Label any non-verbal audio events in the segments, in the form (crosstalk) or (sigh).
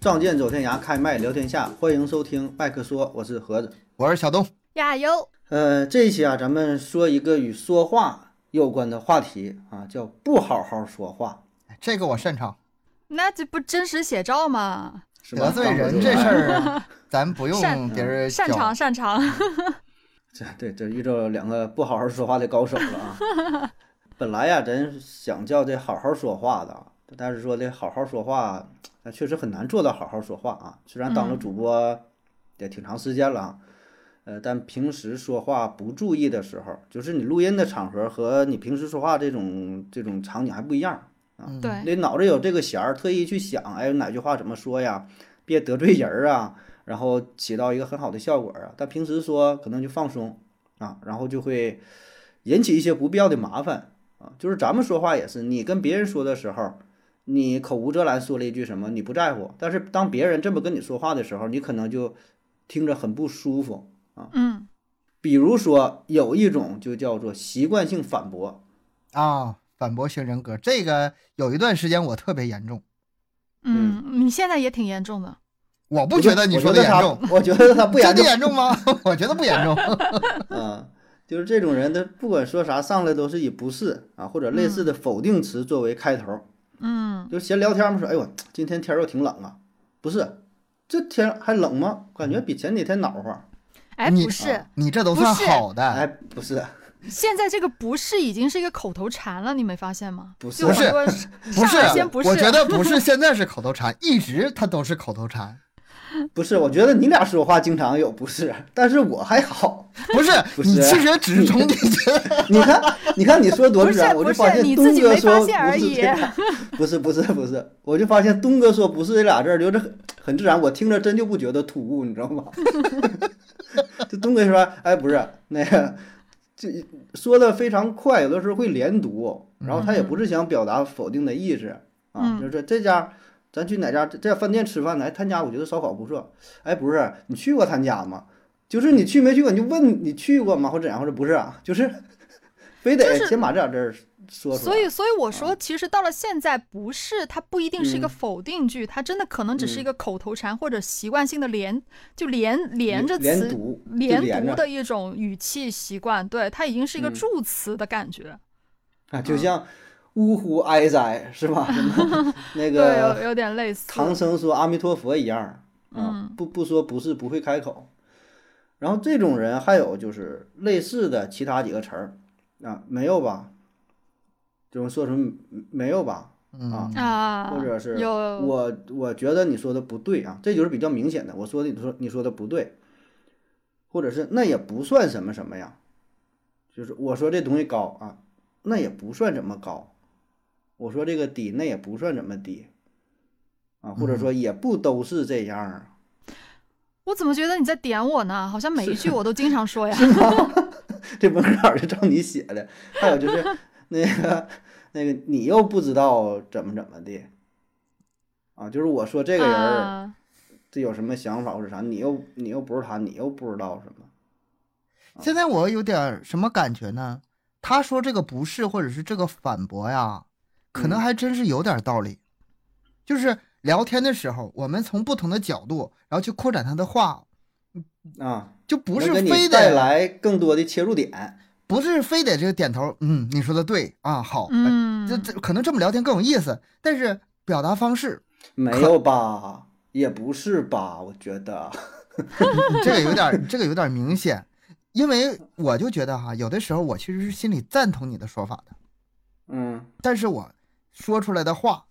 仗剑走天涯，开麦聊天下，欢迎收听麦克说，我是盒子。我是小东。亚优，呃，这一期啊，咱们说一个与说话有关的话题啊，叫不好好说话，这个我擅长，那这不真实写照吗？是吧？得罪人刚这说完事儿，啊 (laughs) 咱不用擅嗯别呃人擅长擅长，这对这遇到两个不好好说话的高手了啊！本来呀、咱想叫这好好说话的，啊，但是说这好好说话，那确实很难做到好好说话啊。虽然当了主播也挺长时间了啊，呃，但平时说话不注意的时候，就是你录音的场合和你平时说话这种这种场景还不一样。嗯对，你脑子有这个弦儿，特意去想，哎，哪句话怎么说呀？别得罪人儿啊，然后起到一个很好的效果啊。但平时说可能就放松啊，然后就会引起一些不必要的麻烦啊。就是咱们说话也是，你跟别人说的时候，你口无遮拦说了一句什么，你不在乎，但是当别人这么跟你说话的时候，你可能就听着很不舒服。嗯，比如说有一种就叫做习惯性反驳，啊，反驳型人格这个有一段时间我特别严重，嗯，你现在也挺严重的。我不觉得你说的严重，我觉得他，我觉得他不严真重的严重吗？ (laughs) 我觉得不严重。 (laughs) 啊，就是这种人，他不管说啥，上来都是以不是啊或者类似的否定词作为开头，嗯，就闲聊天嘛，说哎呦，今天天儿又挺冷啊，不是，这天儿还冷吗？感觉比前几天暖和。哎，你不是，你这都算好哎，的，不是，现在这个不是已经是一个口头禅了，你没发现吗？不是就很多人不是上来先不？是，我 (laughs) 觉得不是，现在是口头禅，一直它都是口头禅。不是，我觉得你俩说话经常有不是，但是我还好。不是，不是你其实只是从 (laughs) 你觉得你看，你看你说多不自是然，我不就是发现你东自己哥没发说现而不是已这俩， (laughs) 不是不是不是，我就发现东哥说不是这俩字儿，就是很很自然，我听着真就不觉得突兀，你知道吗？ (laughs) 就东哥说，哎，不是那个，就说的非常快，有的时候会连读，然后他也不是想表达否定的意思啊，嗯就是这家。咱去哪家这这饭店吃饭呢？哎，他家我觉得烧烤不错。哎，不是，你去过他家吗？就是你去没去过，你就问你去过吗，或者怎样，或者不是啊？就是 (laughs) 非就得是先把这俩字儿说出来。所以，所以我说，其实到了现在，不是它不一定是一个嗯否定句，它真的可能只嗯是一个口头禅或者习惯性的连，就连连着连词读就连读着的一种语气习惯，对，它已经是一个嗯助词的感觉，啊，就像呜呼哀哉是吧？ (laughs) 什 (laughs) 么那对，啊个有有点类似，唐僧说阿弥陀佛一样啊，嗯不不说不是不会开口。然后这种人还有就是类似的其他几个词儿啊，没有吧？就是说什么没有吧？啊 (laughs) 嗯，啊，或者是有我我觉得你说的不对啊，这就是比较明显的，我说的你说你说的不对，或者是那也不算什么什么呀，就是我说这东西高啊，那也不算怎么高，我说这个低那也不算怎么低，啊，或者说也不都是这样啊，我怎么觉得你在点我呢？好像每一句我都经常说呀。 (laughs) 这文稿就照你写的，还有就是 (laughs) 那个那个你又不知道怎么怎么的，啊，就是我说这个人儿。啊这有什么想法或者啥，你又你又不是他，你又不知道什么。现在我有点儿什么感觉呢？他说这个不是，或者是这个反驳呀，可能嗯还真是有点道理。就是聊天的时候，我们从不同的角度，然后去扩展他的话，啊，就不是能给你非带得来更多的切入点。不是非得这个点头，嗯，你说的对啊，好，哎嗯，这这可能这么聊天更有意思，但是表达方式没有吧？也不是吧？我觉 (laughs) 得，你嗯这个有点儿，这个有点儿明显，因为我就觉得哈，有的时候我其实是心里赞同你的说法的。嗯，但是我说出来的话，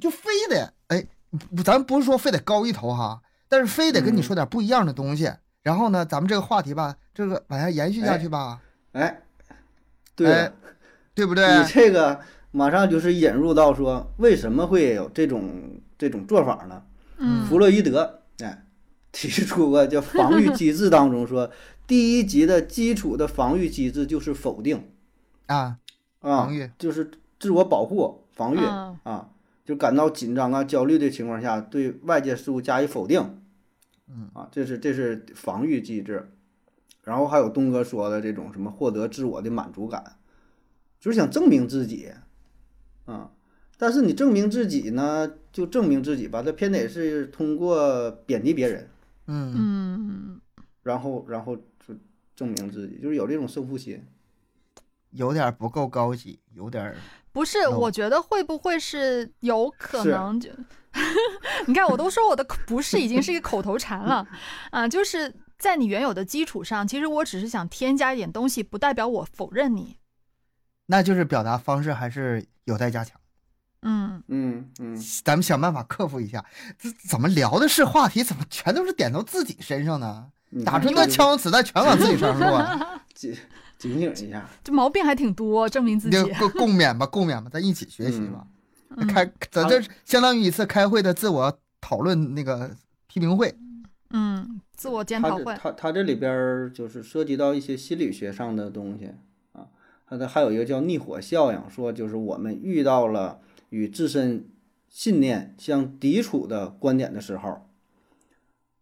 就非得哎，不咱不是说非得高一头哈，但是非得跟你嗯说点不一样的东西。然后呢，咱们这个话题吧，这个往下延续下去吧，哎，对了，哎对不对？你这个马上就是引入到说为什么会有这种这种做法呢？嗯弗洛伊德哎提出过叫防御机制当中说，第一级的基础的防御机制就是否定。啊，啊防御，就是自我保护、防御、嗯啊，就感到紧张啊、焦虑的情况下，对外界事物加以否定，嗯啊，这是这是防御机制。然后还有东哥说的这种什么获得自我的满足感，就是想证明自己，啊，但是你证明自己呢，就证明自己吧，他偏得是通过贬低别人，嗯，嗯，然后然后就证明自己，就是有这种胜负心。有点不够高级，有点儿不是，那我我觉得会不会是有可是能就， (laughs) 你看我都说我的口不是已经是一个口头禅了，啊，就是在你原有的基础上，其实我只是想添加一点东西，不代表我否认你。那就是表达方式还是有待加强。嗯，嗯嗯，咱们想办法克服一下。这怎么聊的是话题，怎么全都是点到自己身上呢？你打看春段这枪子弹全往自己身上落啊，警警醒一下，这毛病还挺多，证 (laughs) 明自己那。共共勉吧，共勉吧，咱一起学习吧。嗯开，咱这相当于一次开会的自我讨论那个批评会。嗯，自我检他讨这会。他他这里边儿就是涉及到一些心理学上的东西啊，他的还有一个叫逆火效应，说就是我们遇到了与自身信念相抵触的观点的时候，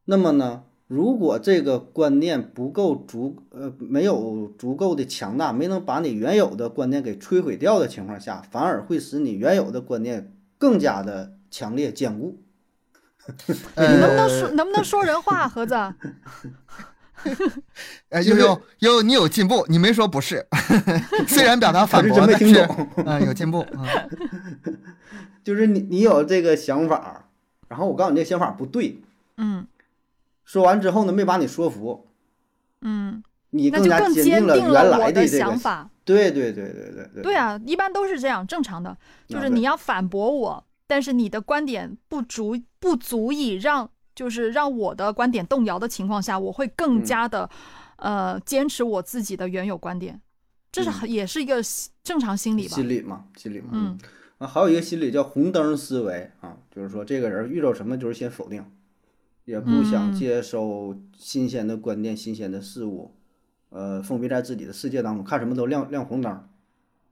那么呢，如果这个观念不够足呃没有足够的强大，没能把你原有的观念给摧毁掉的情况下，反而会使你原有的观念更加的强烈坚固。你能不能说呃，能不能说人话，盒子？呃就悠是悠悠，你有进步，你没说不是， (laughs) 虽然表达他反是驳，真没但听是懂。嗯有进步。 (laughs) 嗯就是你你有这个想法，然后我告诉你这个想法不对，嗯说完之后呢，没把你说服，嗯，你那就加更坚坚了定原了我来这个想。法。对对对对对对对，啊，一般都是这样，正常的，就是对你要反驳我，但是你的观点不足不足以让就是让我的观点动摇的情况下，我会更嗯加的、呃坚持我自己的原有观点，这是、嗯也是一个心正常心理吧？心理嘛，心理嘛。嗯啊，还有一个心理叫红灯思维啊，就是说这个人遇到什么就是先否定，也不想嗯接收新鲜的观念、新鲜的事物，呃，封闭在自己的世界当中，看什么都亮亮红灯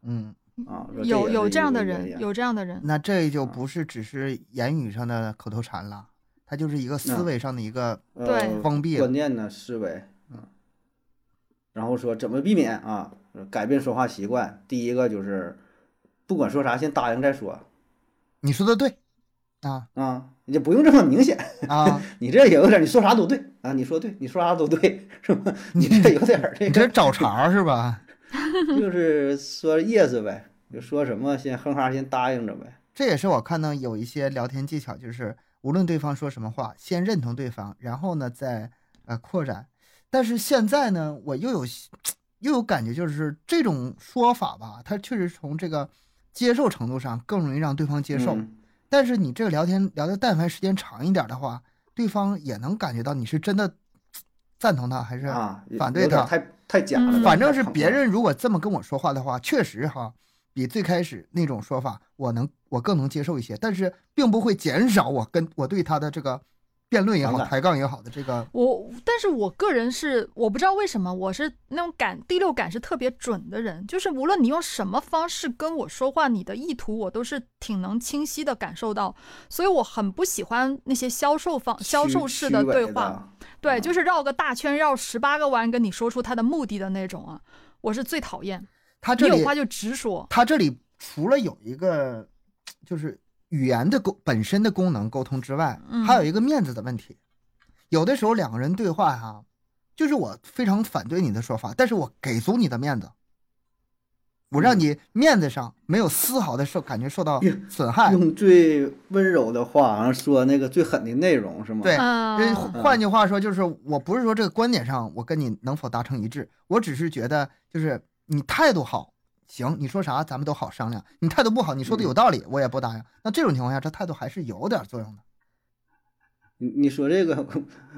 嗯，啊。说有也有是这样一个的原人，因啊有这样的人，那这就不是只是言语上的口头禅了，它就是一个思嗯维上的一个呃对封闭了观念呢思维，嗯，然后说怎么避免啊，呃改变说话习惯。第一个就是不管说啥，先答应再说你说的对，啊啊，你就不用这么明显， (laughs) 啊，你这有点你说啥都对啊，你说对，你说啥都对，是 (laughs) 吧？你这有点儿这你这个是找茬儿是吧？ (laughs) 就是说 yes 呗，就说什么先哼哈先答应着呗，这也是我看到有一些聊天技巧，就是无论对方说什么话，先认同对方，然后呢再呃扩展。但是现在呢，我又有又有感觉，就是这种说法吧，它确实从这个接受程度上更容易让对方接受。嗯但是你这个聊天聊的，但凡时间长一点的话，对方也能感觉到你是真的赞同他还是啊，有反对有点他太太假了嗯吧，反正太是捧别了人如果这么跟我说话的话，确实哈，比最开始那种说法，我能我更能接受一些，但是并不会减少我跟我对他的这个辩论也好、反感抬杠也好的这个我，但是我个人是我不知道为什么，我是那种感第六感是特别准的人，就是无论你用什么方式跟我说话，你的意图我都是挺能清晰的感受到，所以我很不喜欢那些销售方销虚售式的虚伪对话，对，嗯就是绕个大圈绕十八个弯跟你说出他的目的的那种啊，我是最讨厌。他你这有里话就直说，他这里除了有一个就是语言的功本身的功能沟通之外，嗯还有一个面子的问题。有的时候两个人对话哈、就是我非常反对你的说法，但是我给足你的面子，我让你面子上没有丝毫的受感觉受到哟损害。用最温柔的话，然后说那个最狠的内容是吗？对，嗯这呃换句话说就是，我不是说这个观点上我跟你能否达成一致，我只是觉得就是你态度好，行，你说啥咱们都好商量；你态度不好，你说的有道理，我也不答应。那这种情况下，这态度还是有点作用的。你你说这个， (laughs) 我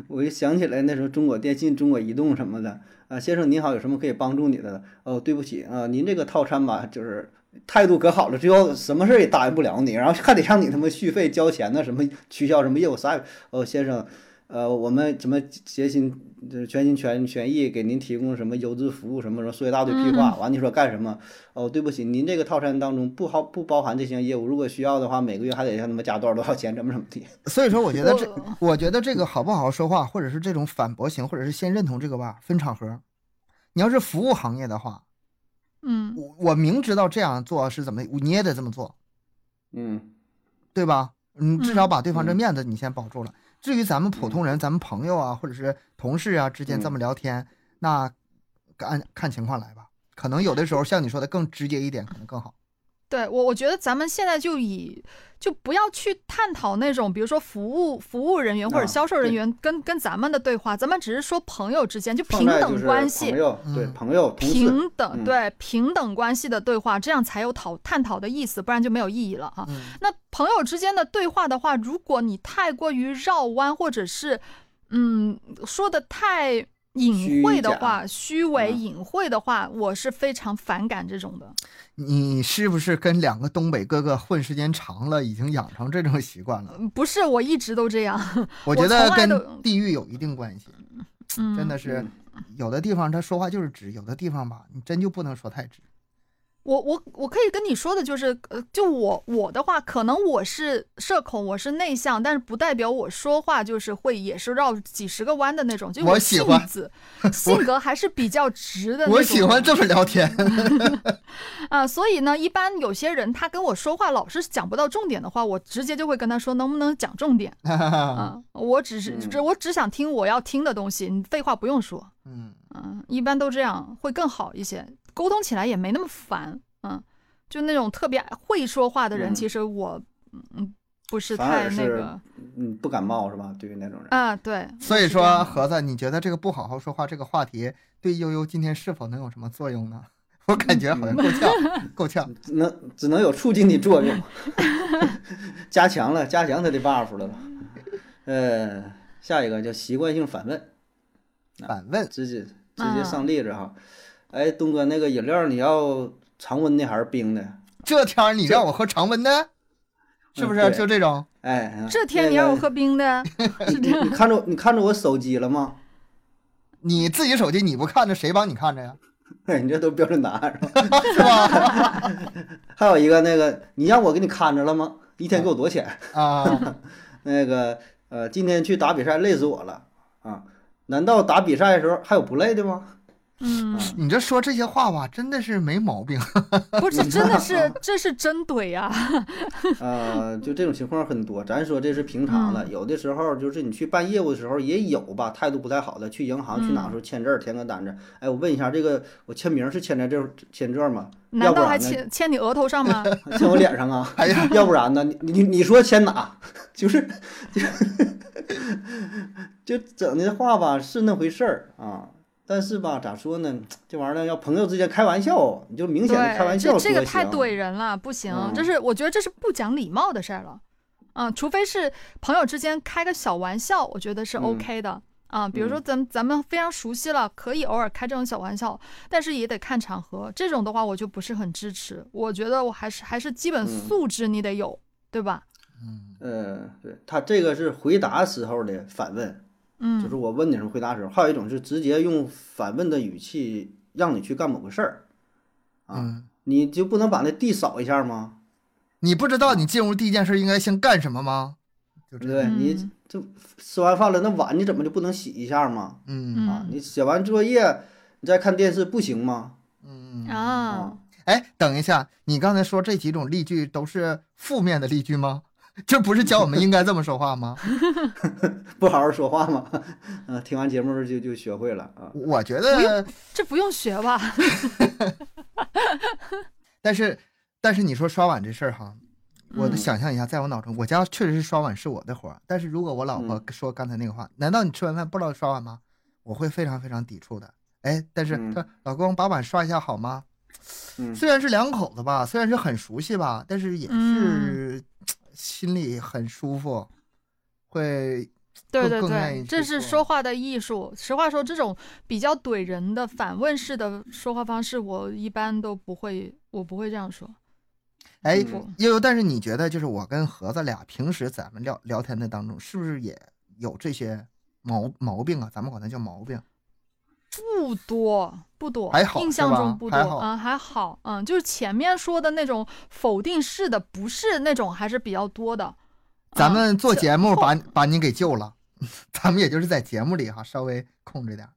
我就想起来那时候中国电信、中国移动什么的啊，先生您好，有什么可以帮助你的？哦，对不起啊，您这个套餐吧，就是态度可好了，最后什么事儿也答应不了你，然后还得让你他妈续费交钱呢，什么取消什么业务啥也哦，先生，呃，我们怎么竭心就是全心全全意给您提供什么优质服务什么什么，说一大堆屁话，完你说干什么？哦，对不起，您这个套餐当中不包不包含这项业务，如果需要的话，每个月还得让他们加多少多少钱，怎么怎么地。所以说，我觉得这，我 (laughs) 我觉得这个好不好好说话，或者是这种反驳型，或者是先认同这个吧，分场合。你要是服务行业的话，嗯我我明知道这样做是怎么，你也得这么做，嗯。对吧？嗯，至少把对方这嗯面子你先保住了。至于咱们普通人、嗯咱们朋友啊，或者是同事啊之间这么聊天，那按看情况来吧。可能有的时候像你说的更直接一点，可能更好。对我，我觉得咱们现在就以就不要去探讨那种，比如说服务服务人员或者啊销售人对员跟、跟咱们的对话，咱们只是说朋友之间就放平在就等是关系朋，友对嗯朋友同事，平等嗯对平等关系的对话，这样才有讨探讨的意思，不然就没有意义了哈。嗯，那朋友之间的对话的话，如果你太过于绕弯，或者是嗯说的太隐晦的话，虚伪嗯隐晦的话，我是非常反感这种的。你是不是跟两个东北哥哥混时间长了，已经养成这种习惯了？嗯不是我一直都这样，我觉得从来都跟地域有一定关系，嗯，真的是嗯有的地方他说话就是直，有的地方吧，你真就不能说太直。我我我可以跟你说的就是，呃，就我我的话，可能我是社恐，我是内向，但是不代表我说话就是会也是绕几十个弯的那种。就我喜性欢 (laughs) 子性格还是比较直的那种。我喜欢这么聊天，啊，所以呢，一般有些人他跟我说话老是讲不到重点的话，我直接就会跟他说，能不能讲重 (laughs) 点啊？我只是只嗯我只想听我要听的东西，你废话不用说。 (laughs) 嗯，嗯，一般都这样会更好一些，沟通起来也没那么烦。嗯，就那种特别会说话的人，嗯其实我嗯嗯不是反而太那是个嗯不感冒是吧？对于那种人，啊，对。所以是这样说的盒子，你觉得这个不好好说话这个话题对悠悠今天是否能有什么作用呢？我感觉好像够呛，够呛。只能只能有促进的作用， (laughs) 加强了，加强他的 buff 了吧？呃，下一个叫习惯性反问，反问，直接直啊接上例子哈。哎，东哥，那个饮料你要常温的还是冰的？这天儿你让我喝常温的，是不是？嗯对就这种，哎，这天你让我那个喝冰 (laughs) 的，是这你样。看着你看着我手机了吗？你自己手机你不看着，谁帮你看着呀？哎，你这都标准答案是吧？是吧？ (laughs) 还有一个那个，你让我给你看着了吗？一天给我多少钱？啊，那个呃，今天去打比赛累死我了啊！难道打比赛的时候还有不累的吗？ (laughs) 嗯，你这说这些话吧，真的是没毛病。嗯不是，真的 (laughs) 是，这是真怼啊呀、呃，就这种情况很多，咱说这是平常的。有的时候就是你去办业务的时候也有吧，态度不太好的，去银行去哪时候签字儿填个单子，哎，我问一下这个我签名是签在这签这儿吗？难要不道还然呢牵牵你额头上吗？签我脸上啊？ (laughs) 哎呀，要不然呢？你你你说签哪？ (laughs) 就是就就整的话吧，是那回事儿啊。但是吧，咋说呢？这玩意儿要朋友之间开玩笑，你就明显的对，开玩笑说啊这这个太行怼人了，不行，嗯这是我觉得这是不讲礼貌的事儿了，啊，除非是朋友之间开个小玩笑，我觉得是嗯 OK 的。啊，比如说咱们咱们非常熟悉了，可以偶尔开这种小玩笑，但是也得看场合。这种的话，我就不是很支持。我觉得我还是还是基本嗯素质你得有，对吧？嗯，呃，对他这个是回答时候的反问，就嗯是我问你什么回答时候；还有一种是直接用反问的语气让你去干某个事儿，啊，嗯你就不能把那地扫一下吗？你不知道你进屋第一件事应该先干什么吗？就对这不样，对？你嗯这吃完饭了，那碗你怎么就不能洗一下吗？嗯啊，嗯你写完作业，你再看电视不行吗？嗯啊，哎，等一下，你刚才说这几种例句都是负面的例句吗？ (laughs) 这不是教我们应该这么说话吗？不好好说话吗？ (laughs) 嗯、听完节目就就学会了啊。我觉得，这不用学吧？但是但是你说刷碗这事儿哈，我嗯想象一下，在我脑中，我家确实是刷碗是我的活儿，但是如果我老婆嗯说刚才那个话，难道你吃完饭不知道刷碗吗？我会非常非常抵触的。哎，但是嗯她、老公把碗刷一下好吗？嗯虽然是两口子吧，虽然是很熟悉吧，但是也嗯是、心里很舒服，会对更对更愿意对，去这是做说话的艺术。实话说，这种比较怼人的反问式的说话方式，我一般都不会，我不会这样说。哎嗯悠悠，但是你觉得就是我跟盒子俩平时咱们聊聊天的当中，是不是也有这些毛毛病啊？咱们管它叫毛病。不多，不多，还好印是象吧中不多，还好嗯，还好，嗯，就是前面说的那种否定式的，不是那种还是比较多的。咱嗯们做这节目把 (laughs) 把你给救了，咱们也就是在节目里哈稍微控制点儿。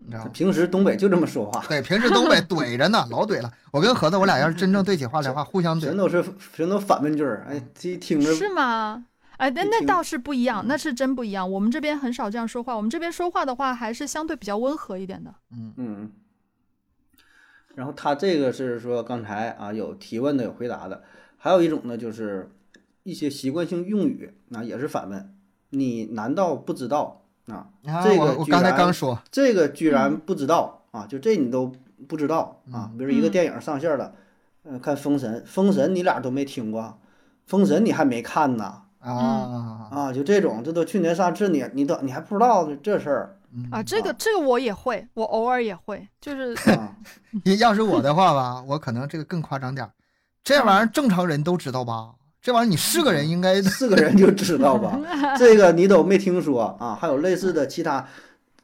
你知道吗？平时东北就这么说话，对，平时 (laughs) 东北怼着呢，老怼了。我跟盒子，我俩要是真正对起话来的话，互相全怼。都是 (laughs) 全都反问句儿。哎，这一听着是吗？哎，那一那听倒是不一样，那是真不一样。我们这边很少这样说话，我们这边说话的话还是相对比较温和一点的。嗯，嗯，然后他这个是说刚才啊有提问的有回答的，还有一种呢就是一些习惯性用语，啊也是反问，你难道不知道啊？啊，这我个我居刚才然刚说，这个居嗯然不知道、啊？就这你都不知道啊？比如一个嗯电影上线了，嗯、看《封神》，《封神》你俩都没听过，《封神》你还没看呢嗯啊啊？就这种，这都去年上市，你你都你还不知道这事儿啊，嗯，这个这个我也会，我偶尔也会，就是啊？要是我的话吧，我可能这个更夸张点儿，这玩意儿正常人都知道吧？这玩意儿你是个嗯人应该四个人就知道 (laughs) 吧，这个你都没听说啊，还有类似的其他，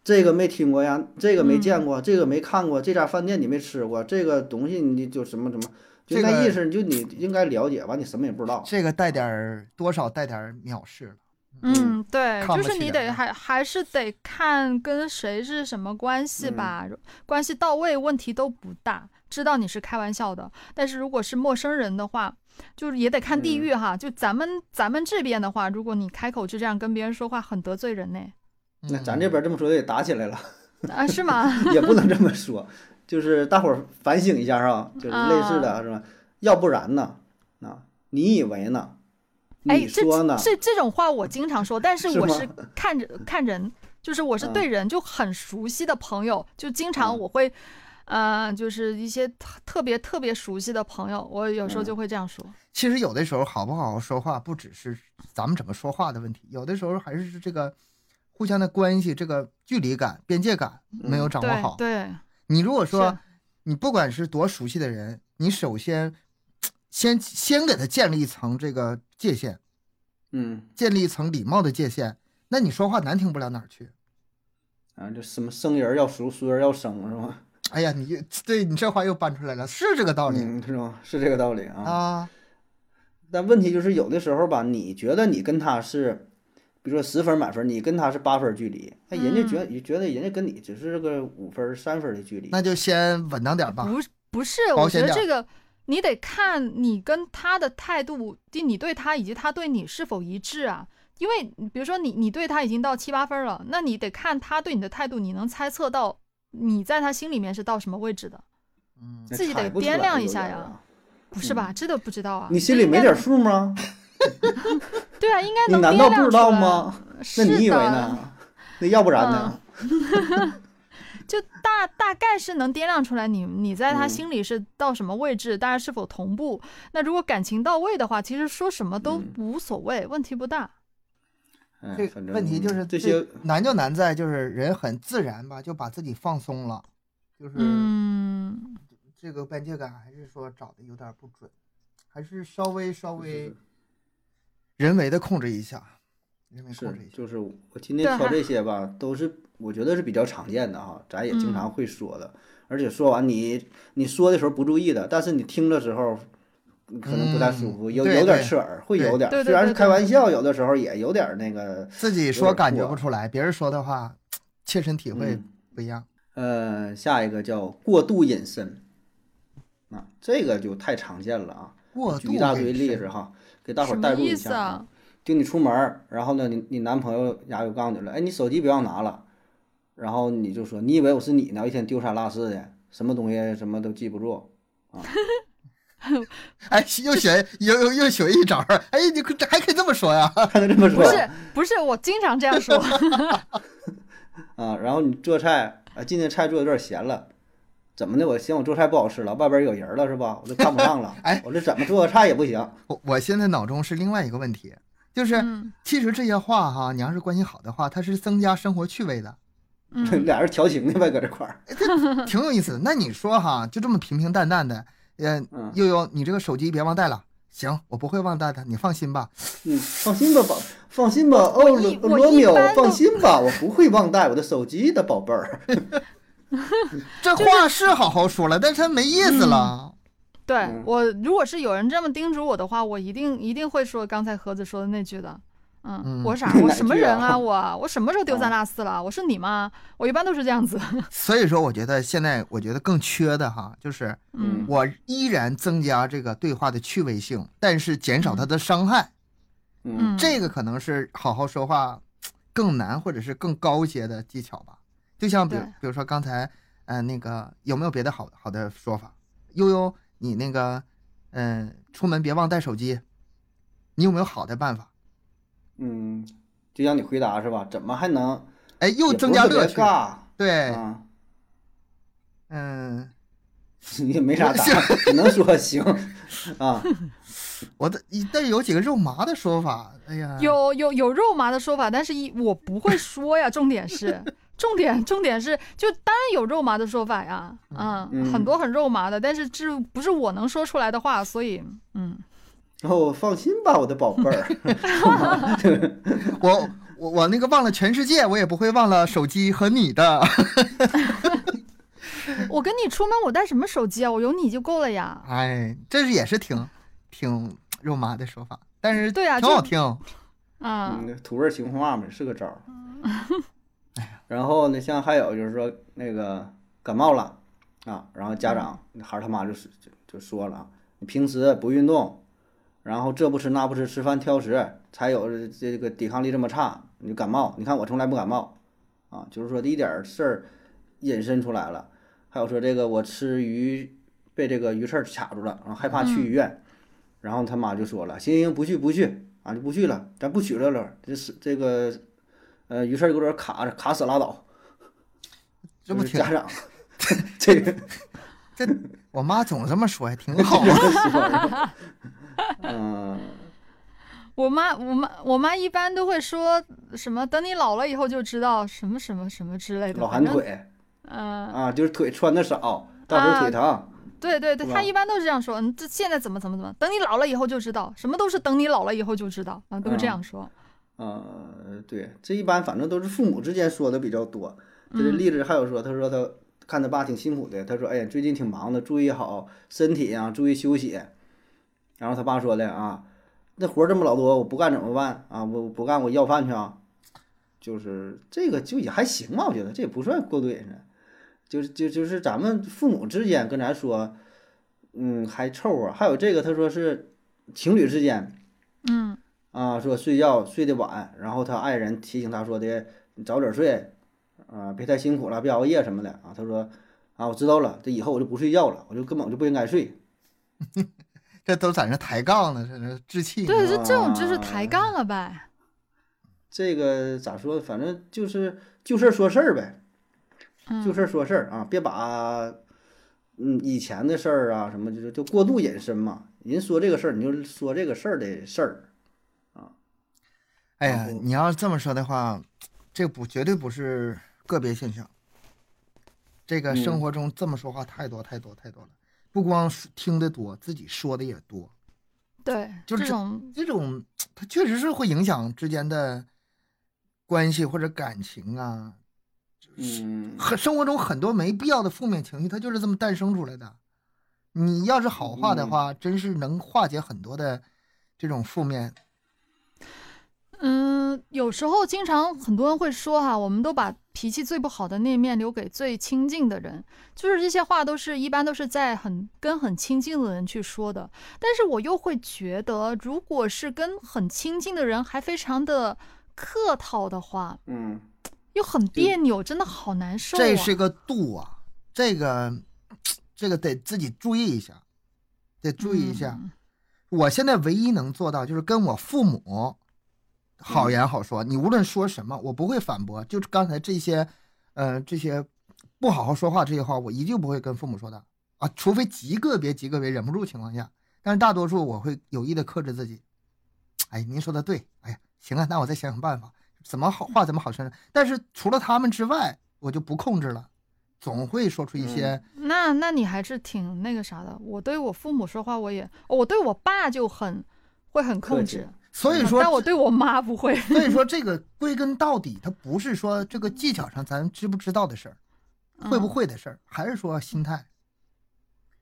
这个没听过呀，这个没嗯见过，这个没看过，这家饭店你没吃过，这个东西你就什么什么，就这个那意思，你就你应该了解，完你什么也不知道，这个带点儿多少带点儿藐视了。嗯嗯，对，看就不是起你人得了还还是得看跟谁是什么关系吧，关系到位问题都不大，知道你是开玩笑的。但是如果是陌生人的话，就是也得看地域哈。就咱们咱们这边的话，如果你开口就这样跟别人说话，很得罪人呢。 (laughs) 那嗯咱这边这么说就得打起来了，啊，是吗？也不能这么说，就是大伙儿反省一下啊，就是类似的是吧？要不然呢，啊，你以为呢？哎，你这说呢？这这种话我经常说，但是是我吗是看着看人，就是我是对人就很熟悉的朋友，就经常嗯我会，呃，就是一些特特别特别熟悉的朋友，我有嗯时候就会这样说。其实有的时候好不好好说话，不只是咱们怎么说话的问题，有的时候还是这个互相的关系、这个距离感、边界感嗯没有掌握好。对你如果对，说是你不管是多熟悉的人，你首先先先给他建立一层这个界限，嗯，建立一层礼貌的界限，那你说话难听不了哪儿去。啊，这什么生人要熟，熟人要生是吗？哎呀，你对你这话又搬出来了，是这个道理、嗯，是吗？是这个道理啊。啊。但问题就是有的时候吧，你觉得你跟他是，比如说十分满分，你跟他是八分距离，那人家嗯觉觉得人家跟你只是个五分三分的距离。那就先稳当点吧。不是不是，保我觉险得点儿这个你得看你跟他的态度，就你对他以及他对你是否一致啊。因为你比如说你你对他已经到七八分了，那你得看他对你的态度，你能猜测到你在他心里面是到什么位置的，嗯，那自己猜得不出掂来量有一下点呀儿啊。不是吧？这都不知道啊。你心这里应没该点能数吗？对啊，应该你能难掂道不量知出道来？吗？那是你以为的呢？那要不然呢？就大大概是能掂量出来你你在他嗯心里是到什么位置，大家是否同步。那如果感情到位的话，其实说什么都嗯无所谓，问题不大。嗯哎这反正问题就是这些，难就难在就是人很自然吧，就把自己放松了，就是嗯，这个边界感还是说找的有点不准，还是稍微稍微人为的控制一下，人为控是制一，下。就是我今天对挑还这些吧，都是我觉得是比较常见的哈，咱也经常嗯会说的，而且说完你你说的时候不注意的，但是你听的时候可能不太舒服，嗯有对有点对刺耳，会对有点儿，对对虽然是对开对玩笑，有的时候也有点儿那个，自己有说点感觉过不出来，别人说的话，切身体会嗯不一样。呃，下一个叫过度隐身，啊，这个就太常见了啊，过举度一大堆隐例身子哈，给大伙什儿么代入意一思下啊？就你出门儿，然后呢，你你男朋友牙又告诉你了，哎，你手机不要拿了，然后你就说，你以为我是你呢？一天丢三落四的，什么东西什么都记不住。 (laughs) 哎，又学又又又学一招儿，哎，你可这还可以这么说呀？，看他这么不说是不是，我经常这 (laughs) 样说。啊，然后你做菜啊，今天菜做的有点咸了，怎么的？我嫌我做菜不好吃了，外边有人了是吧？我就看不上了哎我这怎么做个菜也不行。我我现在脑中是另外一个问题，就是嗯其实这些话哈，你要是关系好的话，它是增加生活趣味的， (laughs) 嗯，俩人调情的呗，搁这块儿。挺有意思的。那你说哈，就这么平平淡淡的，呃，嗯悠悠，你这个手机别忘带了。行，我不会忘带的，你放心吧。嗯，放心吧，宝，放心吧，哦，我一罗我罗一密欧般，都放心吧，我不会忘带我的手机的，宝贝儿。 (laughs) 这话是好好说了，但是它没意思了。对嗯我如果是有人这么叮嘱我的话，我一定一定会说刚才盒子说的那句的。嗯，嗯我啥？哪我什么人句啊？啊我我什么时候丢三落四了？我是你吗？我一般都是这样子。所以说，我觉得现在我觉得更缺的哈，就是嗯嗯我依然增加这个对话的趣味性，但是减少它的伤害。嗯嗯，这个可能是好好说话更难，或者是更高阶的技巧吧。就像比如对比如说刚才，呃，那个有没有别的好好的说法？悠悠，你那个，嗯、出门别忘带手机，你有没有好的办法？嗯，就让你回答是吧？怎么还能哎，又也不增是加特别乐趣。哎尬对，啊？ (laughs) 嗯，你也 (laughs) 没啥答案，只能说行啊。我的，但是有几个肉麻的说法，哎呀，有有有肉麻的说法，但是一我不会说呀。重点是，重点重点是，就当然有肉麻的说法呀，嗯，嗯很多很肉麻的，但是这不是我能说出来的话，所以嗯，然后放心吧，我的宝贝 (laughs) 儿，我我我那个忘了全世界，我也不会忘了手机和你的。 (laughs) 我跟你出门我带什么手机啊？我有你就够了呀。哎，这是也是挺挺肉麻的说法，但是对啊挺就好听。嗯，嗯，土味情话嘛，是个招儿。嗯 (laughs) 然后呢，像还有就是说那个感冒了啊，然后家长孩儿他妈就是就就说了啊，你平时不运动，然后这不吃那不吃，吃饭挑食，才有这这个抵抗力这么差，你就感冒。你看我从来不感冒啊，就是说这一点儿事儿引申出来了。还有说这个我吃鱼被这个鱼刺儿卡住了，然后害怕去医院，嗯然后他妈就说了，行行不去不去啊，就不去了，咱不取乐乐，这是这个呃鱼刺儿有点卡着，卡死拉倒。这不就是挺家 (laughs) 长 (laughs) 这个我妈总这么说，还 (laughs) 挺这好个。说的嗯，我妈我妈我妈一般都会说什么，等你老了以后就知道什么什么什么之类的。老反寒正，腿嗯、啊啊，就是腿穿的少，到时候腿疼。对对对，是他吧一般都是这样说，嗯，这现在怎么怎么怎么，等你老了以后就知道，什么都是等你老了以后就知道，啊，都是嗯这样说。呃，对，这一般反正都是父母之间说的比较多。这个嗯例子还有说，他说他看他爸挺辛苦的，他说哎呀最近挺忙的，注意好身体啊，注意休息。然后他爸说的啊，那活儿这么老多，我不干怎么办啊？我不干我要饭去啊？就是这个就也还行吧，我觉得这也不算过度隐身，就是就就是咱们父母之间跟咱说，嗯，还凑合。还有这个他说是情侣之间，嗯啊，说睡觉睡得晚，然后他爱人提醒他说的，你早点睡，啊，别太辛苦了，别熬夜什么的啊。他说，啊，我知道了，这以后我就不睡觉了，我就根本就不应该睡。这都在那抬杠呢，这是置气。对，这这种就是抬杠了呗。这个咋说？反正就是就事儿说事儿呗，就嗯，事儿说事儿啊，别把嗯以前的事儿啊什么就是就过度引申嘛。人说这个事儿，你就说这个事儿的事儿。哎呀，嗯你要这么说的话，这不绝对不是个别现象。这个生嗯活中这么说话太多太多太多了，不光是听得多，自己说的也多。对，就这这种，这种它确实是会影响之间的关系或者感情啊，嗯，很生活中很多没必要的负面情绪，它就是这么诞生出来的。你要是好话嗯的话，真是能化解很多的这种负面。嗯，有时候经常很多人会说哈，我们都把脾气最不好的那面留给最亲近的人，就是这些话都是一般都是在很跟很亲近的人去说的。但是我又会觉得，如果是跟很亲近的人还非常的客套的话，嗯，又很别扭，真的好难受、啊。这是个度啊，这个这个得自己注意一下，得注意一下。嗯我现在唯一能做到就是跟我父母好言好说，你无论说什么，我不会反驳。就是刚才这些，呃，这些不好好说话这些话，我一定不会跟父母说的啊，除非极个别、极个别忍不住情况下，但是大多数我会有意的克制自己。哎，您说的对，哎呀，行啊，那我再想想办法，怎么好话怎么好说。但是除了他们之外，我就不控制了，总会说出一些嗯那那你还是挺那个啥的。我对我父母说话，我也我对我爸就很会很客控气制，所以嗯说，但我对我妈不会。 (laughs) 所以说这个归根到底，它不是说这个技巧上咱知不知道的事儿，会不嗯？会的事儿，还是说心态。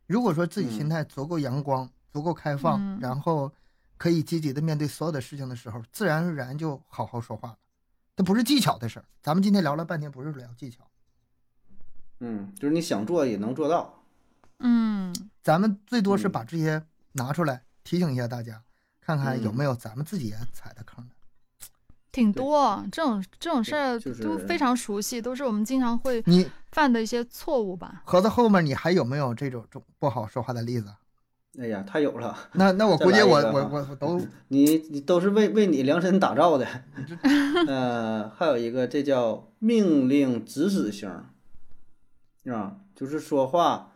如果说自己心态足够阳光、足够开放，嗯然后可以积极的面对所有的事情的时候，自然而然就好好说话了。这不是技巧的事儿，咱们今天聊了半天，不是聊技巧。嗯，就是你想做也能做到。嗯，咱们最多是嗯把这些拿出来提醒一下大家，看看有嗯没有咱们自己也踩的坑呢。挺对多啊这种这种事儿就是都非常熟悉，都是我们经常会你犯的一些错误吧。盒子后面你还有没有这种种不好说话的例子？哎呀，太有了，那那我再估计来一我个我哈我我都你你都是为为你量身打造的。呃，还有一个，这叫命令指使型，啊，就是说话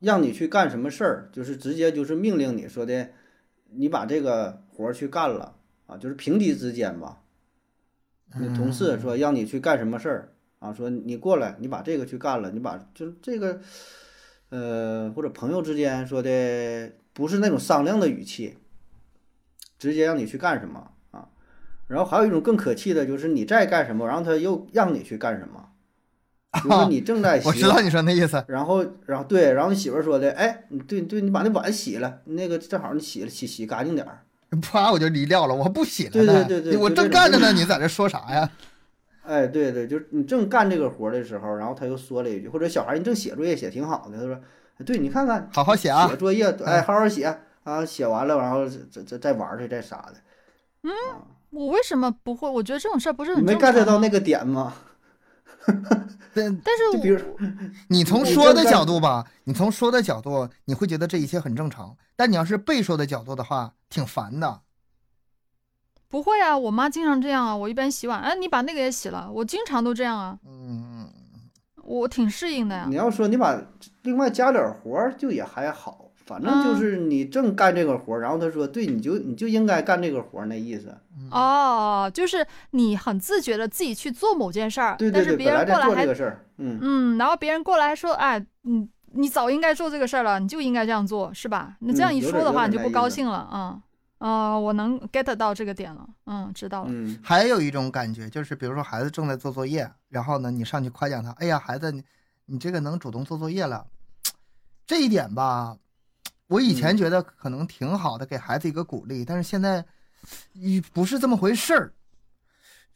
让你去干什么事儿，就是直接就是命令你说的，你把这个活儿去干了啊，就是平级之间吧。你同事嗯说让你去干什么事儿啊，说你过来，你把这个去干了，你把就是这个，呃，或者朋友之间说的不是那种商量的语气，直接让你去干什么啊。然后还有一种更可气的就是你在干什么，然后他又让你去干什 (laughs) 么，比如说你正在我洗知道你说那意思，然后，然后对，然后你媳妇儿说的，哎，你对对，你把那碗洗了，那个正好你洗了洗洗干净点儿。啪我就离掉了，我不洗了对呢。对对对你我就正这种干着就呢，是你在这说啥呀？哎，对对，就是你正干这个活儿的时候，然后他又说了一句，或者小孩儿你正写作业写挺好的，他说，对你看看好好写啊写！作业，哎，好好写啊，写完了然后再再再玩儿去，再啥的，我为什么不会？我觉得这种事儿不是你很没正常啊 get 到吗那个点吗？对，但是就我比如你从你说正的在角度吧，你从说的角度，你会觉得这一切很正常。但你要是被说的角度的话，挺烦的。不会啊，我妈经常这样啊。我一边洗碗，哎，你把那个也洗了，我经常都这样啊，嗯，我挺适应的呀你。要说你把另外加点儿活儿，就也还好，反正嗯就是你正干这个活儿，然后他说，对，你就你就应该干这个活儿，那意思。哦，就是你很自觉的自己去做某件事儿，对对但是对，别本来人过在做来这还个事儿，嗯，嗯，然后别人过来还说，哎，你你早应该做这个事儿了，你就应该这样做，是吧？那这嗯样一有说点的有话，点你就那不意高思兴了啊。哦，我能 get 到这个点了，嗯，知道了。嗯，还有一种感觉就是，比如说孩子正在做作业，然后呢，你上去夸奖他，哎呀，孩子，你你这个能主动做作业了，这一点吧，我以前嗯觉得可能挺好的，给孩子一个鼓励，但是现在，一不是这么回事儿。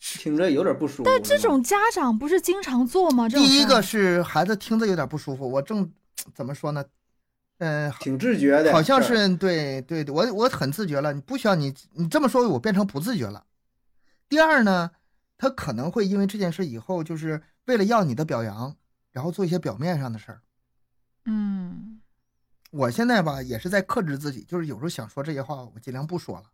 听着有点不舒服。但这种家长不是经常做吗？这种第一事儿个是孩子听着有点不舒服，我正怎么说呢？嗯，挺自觉的，好像是是对对对，我我很自觉了，你不需要你你这么说，我变成不自觉了。第二呢，他可能会因为这件事以后，就是为了要你的表扬，然后做一些表面上的事儿。嗯，我现在吧也是在克制自己，就是有时候想说这些话，我尽量不说了。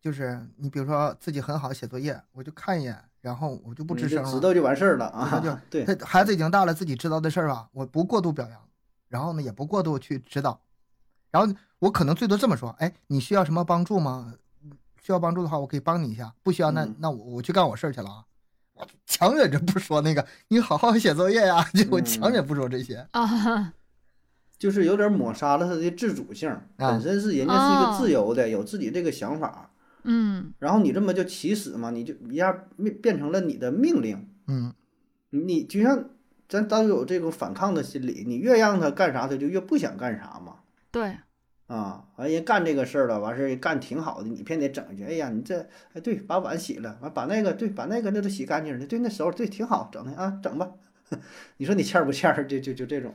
就是你比如说自己很好写作业，我就看一眼，然后我就不吱你就声知了。道就完事儿了知道就啊。对，他孩子已经大了，自己知道的事儿吧，我不过度表扬，然后呢也不过度去指导，然后我可能最多这么说，哎，你需要什么帮助吗？嗯需要帮助的话，我可以帮你一下；不需要，那嗯那我我去干我事儿去了啊。我强忍着不说那个，你好好写作业呀、就我嗯强忍不说这些。啊，就是有点抹杀了他的自主性，啊本身是人家是一哦个自由的，有自己这个想法，嗯，然后你这么就起始嘛，你就一下变变成了你的命令，嗯，你就像咱都有这种反抗的心理，你越让他干啥，他就越不想干啥嘛。对，啊，完人干这个事儿了，完事儿干挺好的，你偏得整去。哎呀，你这哎对，把碗洗了，完把那个对，把那个那都洗干净了，对，那手对挺好，整的啊，整吧。 (laughs) 你说你欠儿不欠儿？就就就这种，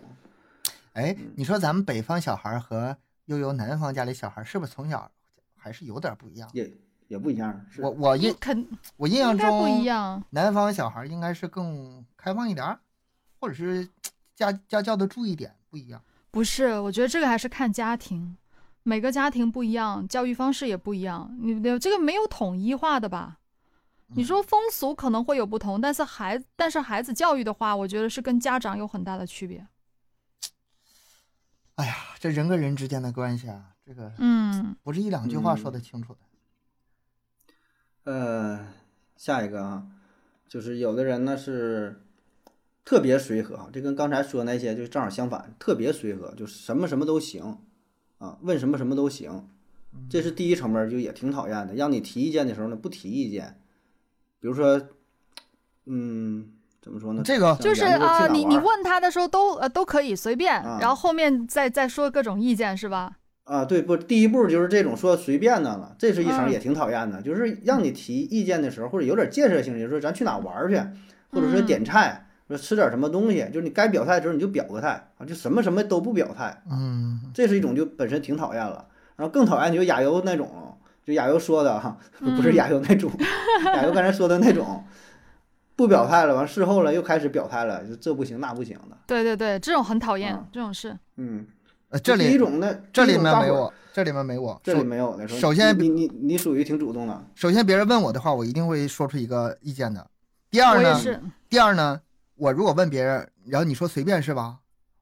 哎，嗯你说咱们北方小孩儿和悠悠南方家里小孩儿是不是从小还是有点不一样？也也不一样。是我我你印肯我印应象该不一中，样。南方小孩儿应该是更开放一点儿，或者是家家教的注意点不一样。不是，我觉得这个还是看家庭，每个家庭不一样，教育方式也不一样，你你这个没有统一化的吧？嗯你说风俗可能会有不同，但是孩但是孩子教育的话，我觉得是跟家长有很大的区别。哎呀，这人跟人之间的关系啊，这个嗯不是一两句话说得清楚的。呃，下一个啊，就是有的人呢是特别随和啊，这跟刚才说那些就正好相反，特别随和，就什么什么都行啊，问什么什么都行，嗯这是第一层面儿，就也挺讨厌的。让你提意见的时候呢，不提意见，比如说，嗯，怎么说呢？这个像就是研究去哪啊，你玩你儿问他的时候都呃都可以随便，啊然后后面再再说各种意见是吧？啊，对，不，第一步就是这种说随便的了，这是一嗯层也挺讨厌的，就是让你提意见的时候，或者有点建设性，就是说咱去哪玩儿去，或者说点菜，说吃点什么东西，就是你该表态的时候你就表个态啊，就什么什么都不表态，嗯，这是一种就本身挺讨厌了。然后更讨厌就亚优那种，就亚优说的哈， (laughs) 不是亚优那种， (laughs) 亚优刚才说的那种，不表态了，完事后了又开始表态了，就这不行那不行的，对对对，这种很讨厌，嗯这种事。嗯，呃，这第一里种呢，这第一里种面大没伙儿我，这里面没我。这里首没有的时候，首先你你你你属于挺主动的，首先别人问我的话，我一定会说出一个意见的。第二我也呢，是，第二呢，我如果问别人，然后你说随便是吧？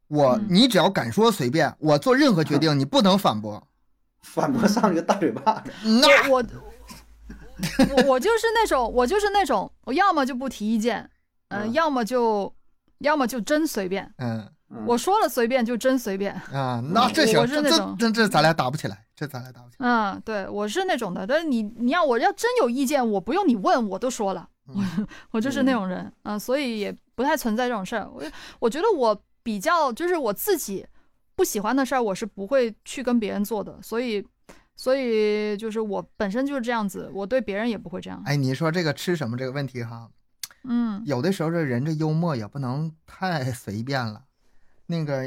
我、嗯你只要敢说随便，我做任何决定你不能反驳。反驳上去就大嘴巴 (laughs) 子。那我我我我就是那种，我就是那种，我要么就不提意见，嗯、嗯要么就要么就真随便。嗯嗯我说了随便就真随便，啊，那这行，我是这那这种这这咱俩打不起来，这咱俩打不起嗯，对我是那种的。但是你你要我要真有意见，我不用你问，我都说了， (laughs) 我、我就是那种人啊、嗯所以也不太存在这种事儿。我我觉得我比较就是我自己不喜欢的事儿，我是不会去跟别人做的，所以所以就是我本身就是这样子，我对别人也不会这样来。。哎，你说这个吃什么这个问题哈，嗯有的时候这人这幽默也不能太随便了。那个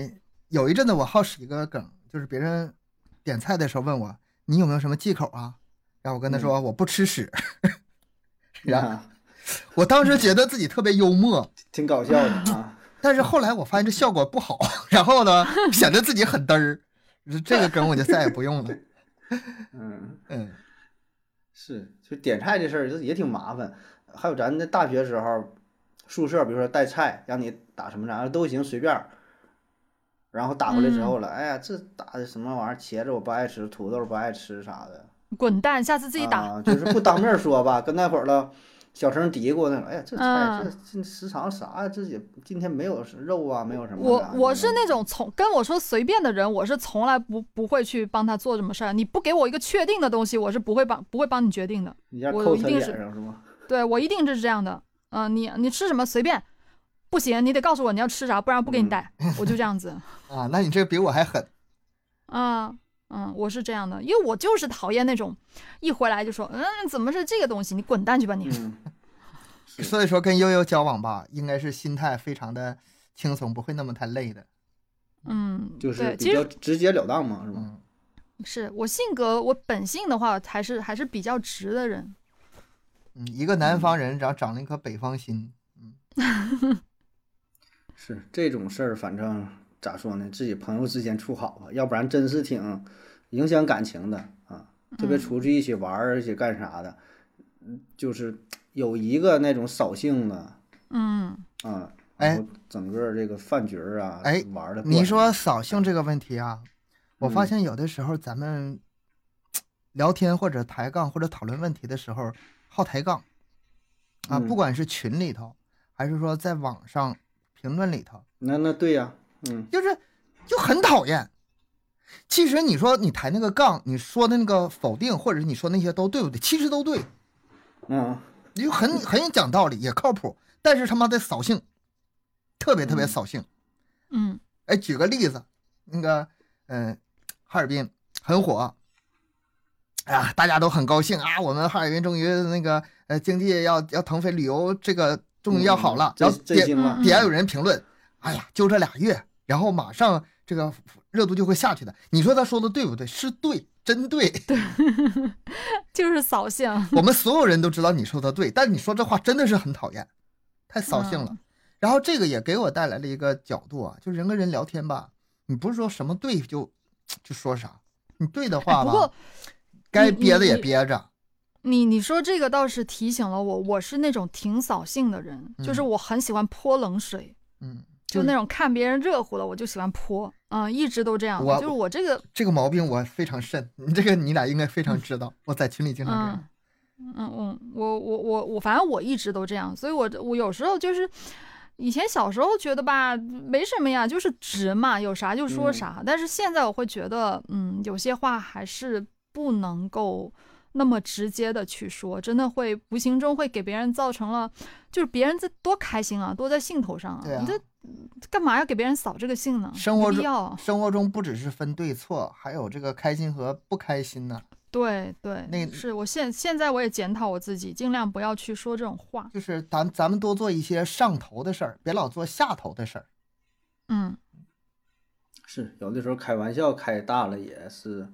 有一阵子我好使一个梗，就是别人点菜的时候问我你有没有什么忌口啊，然后我跟他说、我不吃屎， (laughs) 然后啊，我当时觉得自己特别幽默，挺搞笑的啊。但是后来我发现这效果不好，然后呢显得自己很嘚儿，这个梗我就再也不用了。嗯，嗯是，就点菜这事儿就也挺麻烦。还有咱那大学时候，宿舍比如说带菜，让你打什么啥都行，随便儿。然后打回来之后嗯了，哎呀，这打的什么玩意儿？茄子我不爱吃，土豆不爱吃啥的。滚蛋，下次自己打。啊，就是不当面说吧，跟那会儿了，小声嘀咕呢，哎呀，这菜这嗯这时常啥呀？这也今天没有肉啊，没有什么的我啊。我是那种从跟我说随便的人，我是从来不不会去帮他做什么事儿。你不给我一个确定的东西，我是不会帮不会帮你决定的。你这我扣一他定脸是上是吗？对我一定是这样的。嗯、你你吃什么随便，不行，你得告诉我你要吃啥，不然不给嗯 (laughs) 你带。我就这样子。啊，那你这比我还狠。啊嗯，我是这样的，因为我就是讨厌那种一回来就说，嗯，怎么是这个东西？你滚蛋去吧你。嗯， (laughs) 是所以说跟悠悠交往吧，应该是心态非常的轻松，不会那么太累的。嗯，就是对，比其实较直截了当嘛，是吗？嗯，是我性格，我本性的话还是还是比较直的人。嗯一个南方人，然后长了一颗北方心。是这种事儿，反正咋说呢，自己朋友之间处好吧，要不然真是挺影响感情的啊。特别嗯出去一起玩儿，一起干啥的，嗯就是有一个那种扫兴的嗯。啊，哎然后整个这个饭局儿啊，哎玩儿的过你程说扫兴这个问题啊，我发嗯现有的时候咱们聊天或者抬杠或者讨论问题的时候好抬杠啊，嗯不管是群里头还是说在网上评论里头，那那对呀、嗯，就是就很讨厌。其实你说你抬那个杠，你说的那个否定，或者是你说那些都对不对？其实都对，嗯，你就很很讲道理，也靠谱，但是他妈的扫兴，特别特别嗯扫兴。嗯哎，举个例子，那个，嗯、哈尔滨很火，哎呀，大家都很高兴啊，我们哈尔滨终于那个呃经济要要腾飞，旅游这个终于要好了。这然后这底心了嗯，底下有人评论，哎呀，就这俩月，然后马上这个热度就会下去的。你说他说的对不对？是对，真对。就是扫兴。我们所有人都知道你说的对，但你说这话真的是很讨厌，太扫兴嗯了。然后这个也给我带来了一个角度啊，就人跟人聊天吧，你不是说什么对就就说啥，你对的话哎不吧，过该你憋着也你憋着。你你说这个倒是提醒了我，我是那种挺扫兴的人，就是嗯我很喜欢泼冷水，嗯，就就是那种看别人热乎了我就喜欢泼，嗯，一直都这样。我就是我这个，这个毛病我非常甚，你这个你俩应该非常知道，我在群里经常这嗯样。嗯嗯，我我我我，反正我一直都这样，所以我我有时候就是。以前小时候觉得吧，没什么呀，就是直嘛，有啥就说嗯啥。但是现在我会觉得，嗯，有些话还是不能够那么直接的去说，真的会无形中会给别人造成了，就是别人这多开心啊，多在兴头上啊，对啊你这嗯干嘛要给别人扫这个兴呢？生活没必中要啊，生活中不只是分对错，还有这个开心和不开心呢。对对，那个是我现现在我也检讨我自己，尽量不要去说这种话。就是咱咱们多做一些上头的事儿，别老做下头的 (laughs) 事儿。嗯，是有的时候开玩笑开大了也是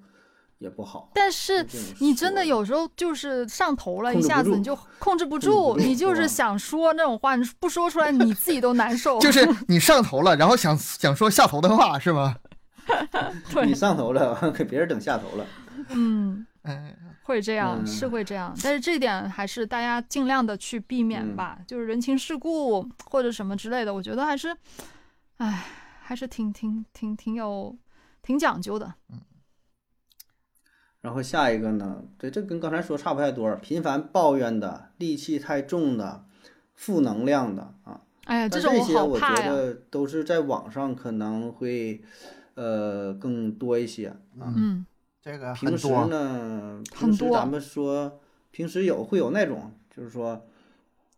也不好。但是这种你真的说有时候就是上头了，控一制下不子住你就控制不制不住，住你就对吧是想说那种话，你不说出来你自己都 (laughs) 难受。嗯就是你上头了，然后想想说下头的话是吗？对你上头了，给别人整下头了。嗯， (laughs) 嗯，会这样，嗯是会这样，但是这点还是大家尽量的去避免嗯吧，就是人情世故或者什么之类的，我觉得还是，唉，还是挺挺挺挺有挺讲究的。然后下一个呢，对，这跟刚才说差不太多儿。频繁抱怨的，戾气太重的，负能量的啊，哎呀，但种这我些好我怕觉呀。得都是在网上可能会，呃，更多一些啊。嗯这个很平时多。呢，很平时多咱们说，平时有会有那种，就是说，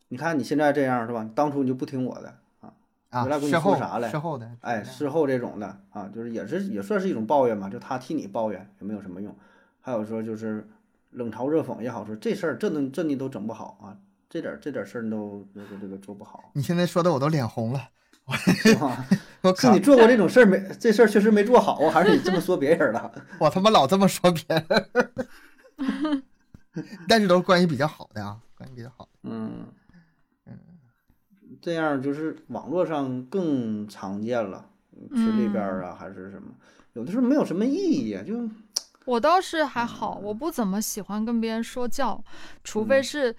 你看你现在这样是吧？当初你就不听我的，啊回来跟，你事说后啥嘞事后的，，哎，事后这种的啊，就是也是也算是一种抱怨嘛，就他替你抱怨也没有什么用。还有说就是冷嘲热讽也好，说这事儿这能这你都整不好啊，这点儿这点儿事儿你都这个这个做不好你现在说的我都脸红了，是吧？是我靠你，做过这种事儿没？这事儿确实没做好啊，还是你这么说别人了？我他妈老这么说别人儿， (laughs) 但是都是关系比较好的啊，关系比较好。嗯，这样就是网络上更常见了，群里边儿啊还是什么，有的时候没有什么意义啊，就我倒是还好，我不怎么喜欢跟别人说教，除非嗯是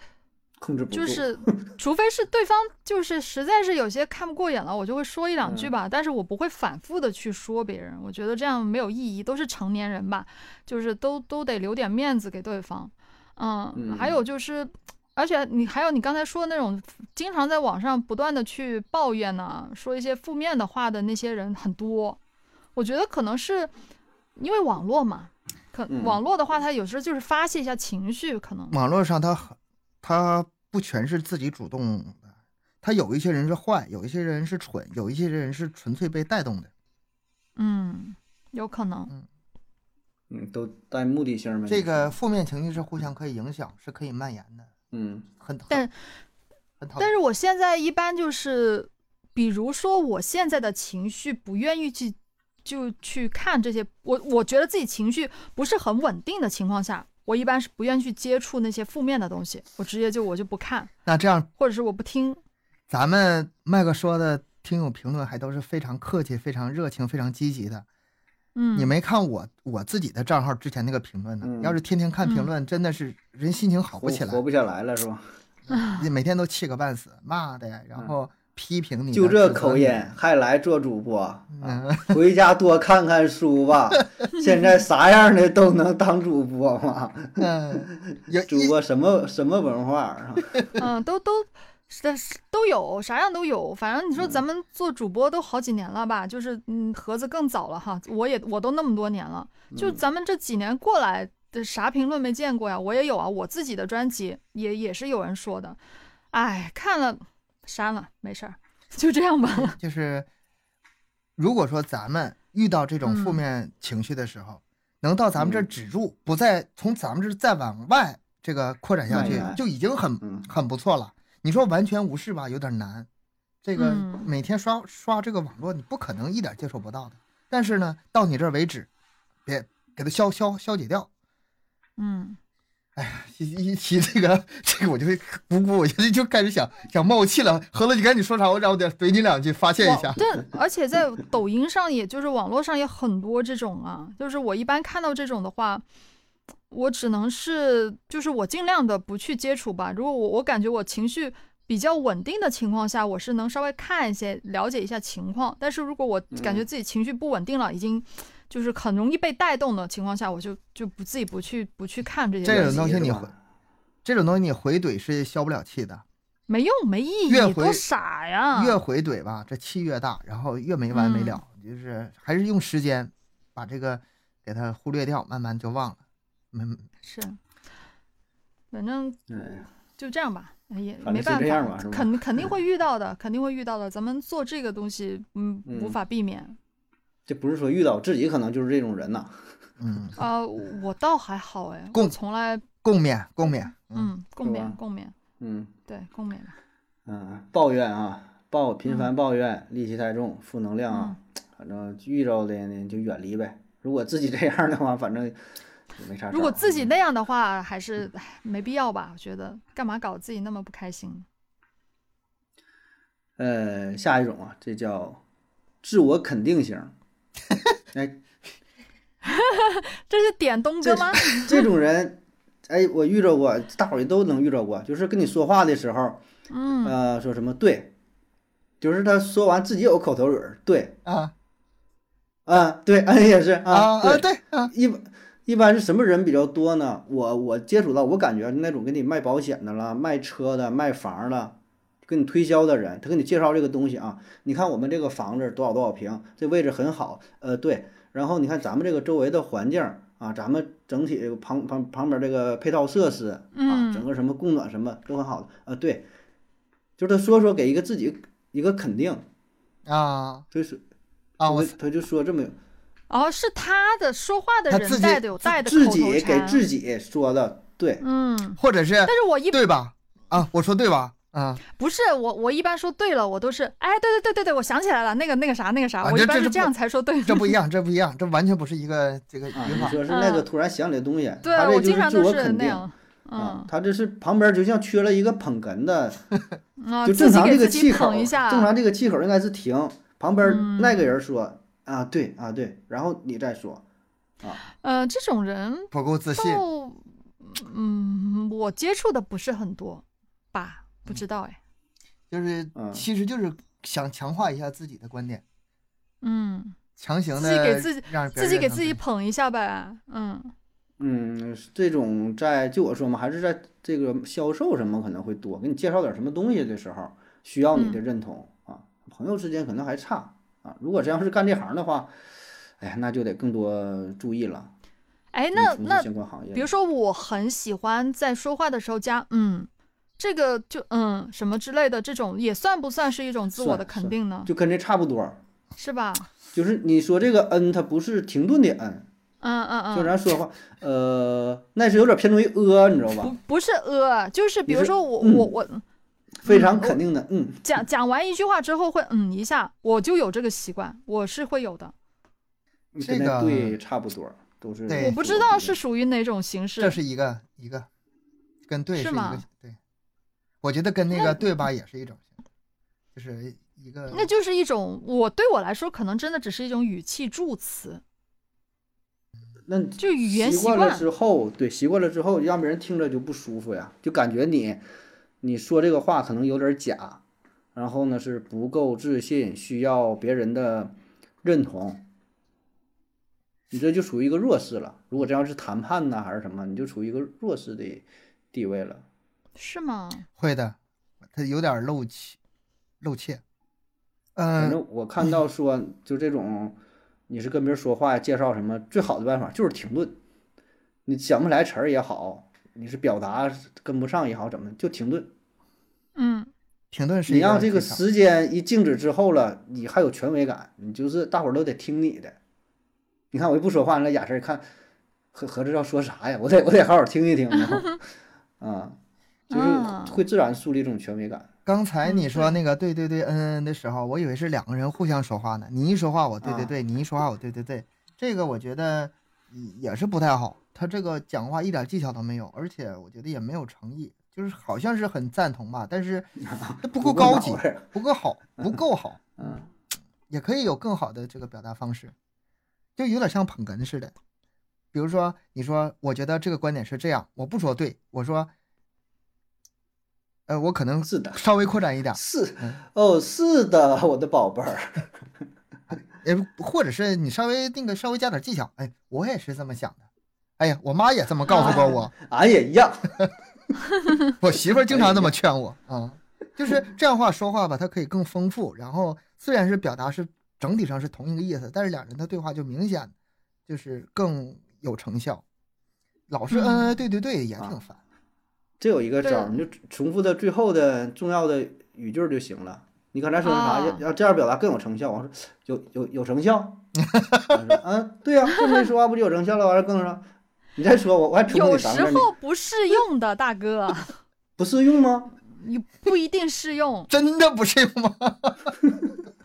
控制不住。就， (laughs) 是，除非是对方就是实在是有些看不过眼了，我就会说一两句嗯吧，但是我不会反复的去说别人，我觉得这样没有意义，都是成年人吧，就是都都得留点面子给对方，嗯，还嗯有就是。而且你还有你刚才说的那种经常在网上不断的去抱怨呐、说一些负面的话的那些人很多，我觉得可能是因为网络嘛，可嗯网络的话，它有时候就是发泄一下情绪，可能网络上他很他不全是自己主动的，他有一些人是坏，有一些人是蠢，有一些人是纯粹被带动的。嗯，有可能。嗯，都带目的性儿没。这个，负面情绪是互相可以影响，是可以蔓延的，嗯很很但很讨但厌。是我现在一般就是，比如说我现在的情绪不愿意去就去看这些，我我觉得自己情绪不是很稳定的情况下，我一般是不愿意去接触那些负面的东西，我直接就我就不看，那这样，或者是我不听。咱们麦克说的听友评论还都是非常客气、非常热情、非常积极的。嗯，你没看我我自己的账号之前那个评论呢？嗯要是天天看评论，真的是人心情好活不起来活，不下来了是吧？你每天都气个半死，骂的呀，然后批评嗯你的，嗯就指这责口你音的，还来做主播啊？回家多看看书 (laughs) 吧。现在啥样的都能当主播吗？ (laughs) 嗯，有主播什么什么文化啊？嗯，都都是都有，啥样都有。反正你说咱们做主播都好几年了吧，就是嗯，盒子更早了哈，我也我都那么多年了，就咱们这几年过来的啥评论没见过呀？我也有啊，我自己的专辑也也是有人说的，哎，看了删了，没事儿，就这样吧。就是，如果说咱们遇到这种负嗯面情绪的时候，能到咱们这儿嗯止住，不再从咱们这儿再往外这个扩展下蔓去，延就已经很、嗯很不错了。你说完全无视吧，有点难。这个嗯每天刷刷这个网络，你不可能一点接触不到的。但是呢，到你这儿为止，别给它消消消解掉。嗯，一一提这个，这个我就会咕咕，我就就开始想想冒气了。何乐，你赶紧说啥，我让我得怼你两句，发泄一网下。对，而且在抖音上，也就是网络上也很多这种啊。就是我一般看到这种的话，我只能是就是我尽量的不去接触吧。如果我我感觉我情绪比较稳定的情况下，我是能稍微看一些，了解一下情况。但是如果我感觉嗯自己情绪不稳定了，已经就是很容易被带动的情况下，我就就不自己不去不去看这些这东种西，东西你是回吧，这种东西你回怼是消不了气的，没用没意义越，多回傻呀！越回怼吧，这气越大，然后越没完没嗯了，就是还是用时间把这个给它忽略掉，慢慢就忘了。嗯，是，反正哎，就这样吧，也反没正办是这样法吧是，吧肯 (laughs) 肯定会遇到的，肯定会遇到的。咱们做这个东西，嗯，无嗯法避免。这不是说遇到自己可能就是这种人呐、嗯，啊，我倒还好哎，我共从来共勉共勉，嗯，嗯嗯共是勉吧共勉，嗯对共勉吧。嗯，抱怨啊，抱频嗯繁抱怨，戾气太重，负能量啊，反正遇着的呢就远离呗。如果自己这样的话， (laughs) 反正也没啥事儿。如果自己那样的话，还是唉没必要吧？我觉得干嘛搞自己那么不开心？呃，下一种啊，这叫自我肯定型。哎，这是点东哥这吗？这种人，哎，我遇着过，大伙儿也都能遇着过，就是跟你说话的时候，嗯，呃，说什么对，就是他说完自己有口头语儿，对，嗯啊啊，对，嗯，也是啊对啊，对啊，一般一般是什么人比较多呢？我我接触到，我感觉那种给你卖保险的啦、卖车的、卖房的，给你推销的人，他给你介绍这个东西啊，你看我们这个房子多少多少平，这位置很好，呃，对，然后你看咱们这个周围的环境啊，咱们整体这个旁旁旁边这个配套设施啊嗯，整个什么供暖什么都很好，呃，对，就是他说说给一个自己一个肯定，啊就是啊，我他他就说这么。哦，是他的说话的他人自己带的有带的自口己头给禅，自己说的，对，嗯。或者是但是我一对吧？啊，我说对吧？啊，不是我，我一般说对了，我都是哎，对对对对对，我想起来了，那个那个啥那个啥，啊我这一般这是是这不样才说对这的。不一样，这不一样，这完全不是一个这个语啊，你法。说是那个嗯突然想起的东西，对他这我就经是常自都我是肯那定样，啊嗯，他这是旁边就像缺了一个捧哏的，啊，就正自己常给这个自己气口，捧一正下，常这个气口应该是停，旁边那嗯个人说啊对啊对，然后你再说，呃，这种人不够自信，到，嗯，我接触的不是很多吧，不知道哎，就是嗯其实就是想强化一下自己的观点，嗯，强行自己给的自己让别自人己给认同自己己捧一下呗，嗯，嗯，这种在就我说嘛，还是在这个销售什么可能会多，给你介绍点什么东西的时候需要嗯你的认同、啊，朋友之间可能还差啊，如果真要是干这行的话，哎呀，那就得更多注意了。哎，嗯那从事那相关行业比如说，我很喜欢在说话的时候加嗯，这个就嗯什么之类的，这种也算不算是一种自我算的肯算定呢？就跟这差不多，是吧？就是你说这个嗯，它不是停顿的嗯，嗯嗯就嗯，咱说话，呃，那是有点偏重于呃，你知道不吧？不是呃，就是比你如是说我嗯我我非常肯定的嗯，讲讲完一句话之后会嗯一下，我就有这个习惯，我是会有的。跟这个那对差不多，都是对我不知道是属于哪种形这式，是一个一个跟对是是一个吗对，我觉得跟那个对吧也是一种，就是一个那就是一种我对我来说可能真的只是一种语气助词，那就语言习习惯惯了。之后，对习惯了之后，让别人听着就不舒服呀，就感觉你你说这个话可能有点假，然后呢是不够自信，需要别人的认同，你这就属于一个弱势了。如果这要是谈判呐、还是什么，你就处于一个弱势的地位了。是吗？会的，他有点露怯，露怯。反嗯、正我看到说，就这种你是跟别人说话呀，介绍什么，最好的办法就是停顿。你想不来词儿也好，你是表达跟不上也好，怎么就停顿？嗯，停顿是你一个让这个技巧时间一静止之后了，你还有权威感，你就是大伙儿都得听你的。你看我一不说话，那雅神儿看合合着要说啥呀？我得我得好好听一 (laughs) 听，然后啊，啊就是会自然树立这种权威感。刚才嗯你说对那个对对对嗯嗯的时候，我以为是两个人互相说话呢。你一说话我对对啊对，你一说话我对对对，这个我觉得也是不太好。他这个讲话一点技巧都没有，而且我觉得也没有诚意，就是好像是很赞同吧，(laughs) 但是他不够高级脑，啊袋儿不够好，不够好，嗯，也可以有更好的这个表达方式，就有点像捧哏似的。比如说，你说我觉得这个观点是这样，我不说对，我说，呃，我可能是的，稍微扩展一点，是嗯哦，是的，我的宝贝儿，也或者是你稍微那个稍微加点技巧，哎，我也是这么想的，哎呀，我妈也这么告诉过我，俺也一样。 (laughs) 我媳妇儿经常这么劝我啊、就是这样话说话吧，它可以更丰富，然后虽然是表达是整体上是同一个意思，但是两人的对话就明显就是更有成效。老是嗯、嗯啊呃对对对也挺烦，这有一个对啊招儿，你就重复的最后的重要的语句儿就行了。你刚才说的啥？啊要要这样表达更有成效。我说有有有成效。我说啊，对呀、这么一说话不就有成效了？完了，更说你再说我我还重复嗯有你时三遍，你候不适用的，大哥，不适用吗？你不一定适用。真的不是吗？ (laughs)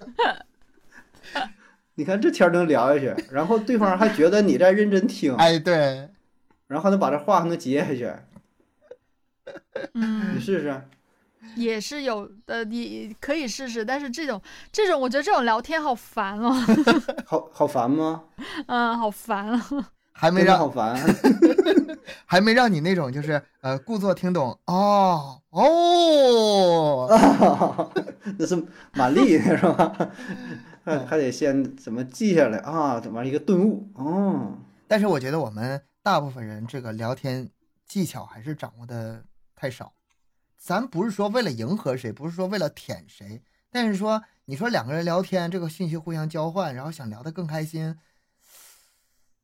你看这天儿能聊下去，然后对方还觉得你在认真听，哎，对，然后还能把这话还能接下去，你嗯，试试。也是有的，你可以试试。但是这种这种，我觉得这种聊天好烦哦，好好烦吗？嗯，好烦啊。还没真的让好烦。还没让你那种就是呃故作听懂哦哦， (laughs) 那是蛮力是吧？还还得先怎么记下来啊？怎么一个顿悟？哦，但是我觉得我们大部分人这个聊天技巧还是掌握的太少。咱不是说为了迎合谁，不是说为了舔谁，但是说你说两个人聊天，这个信息互相交换，然后想聊得更开心，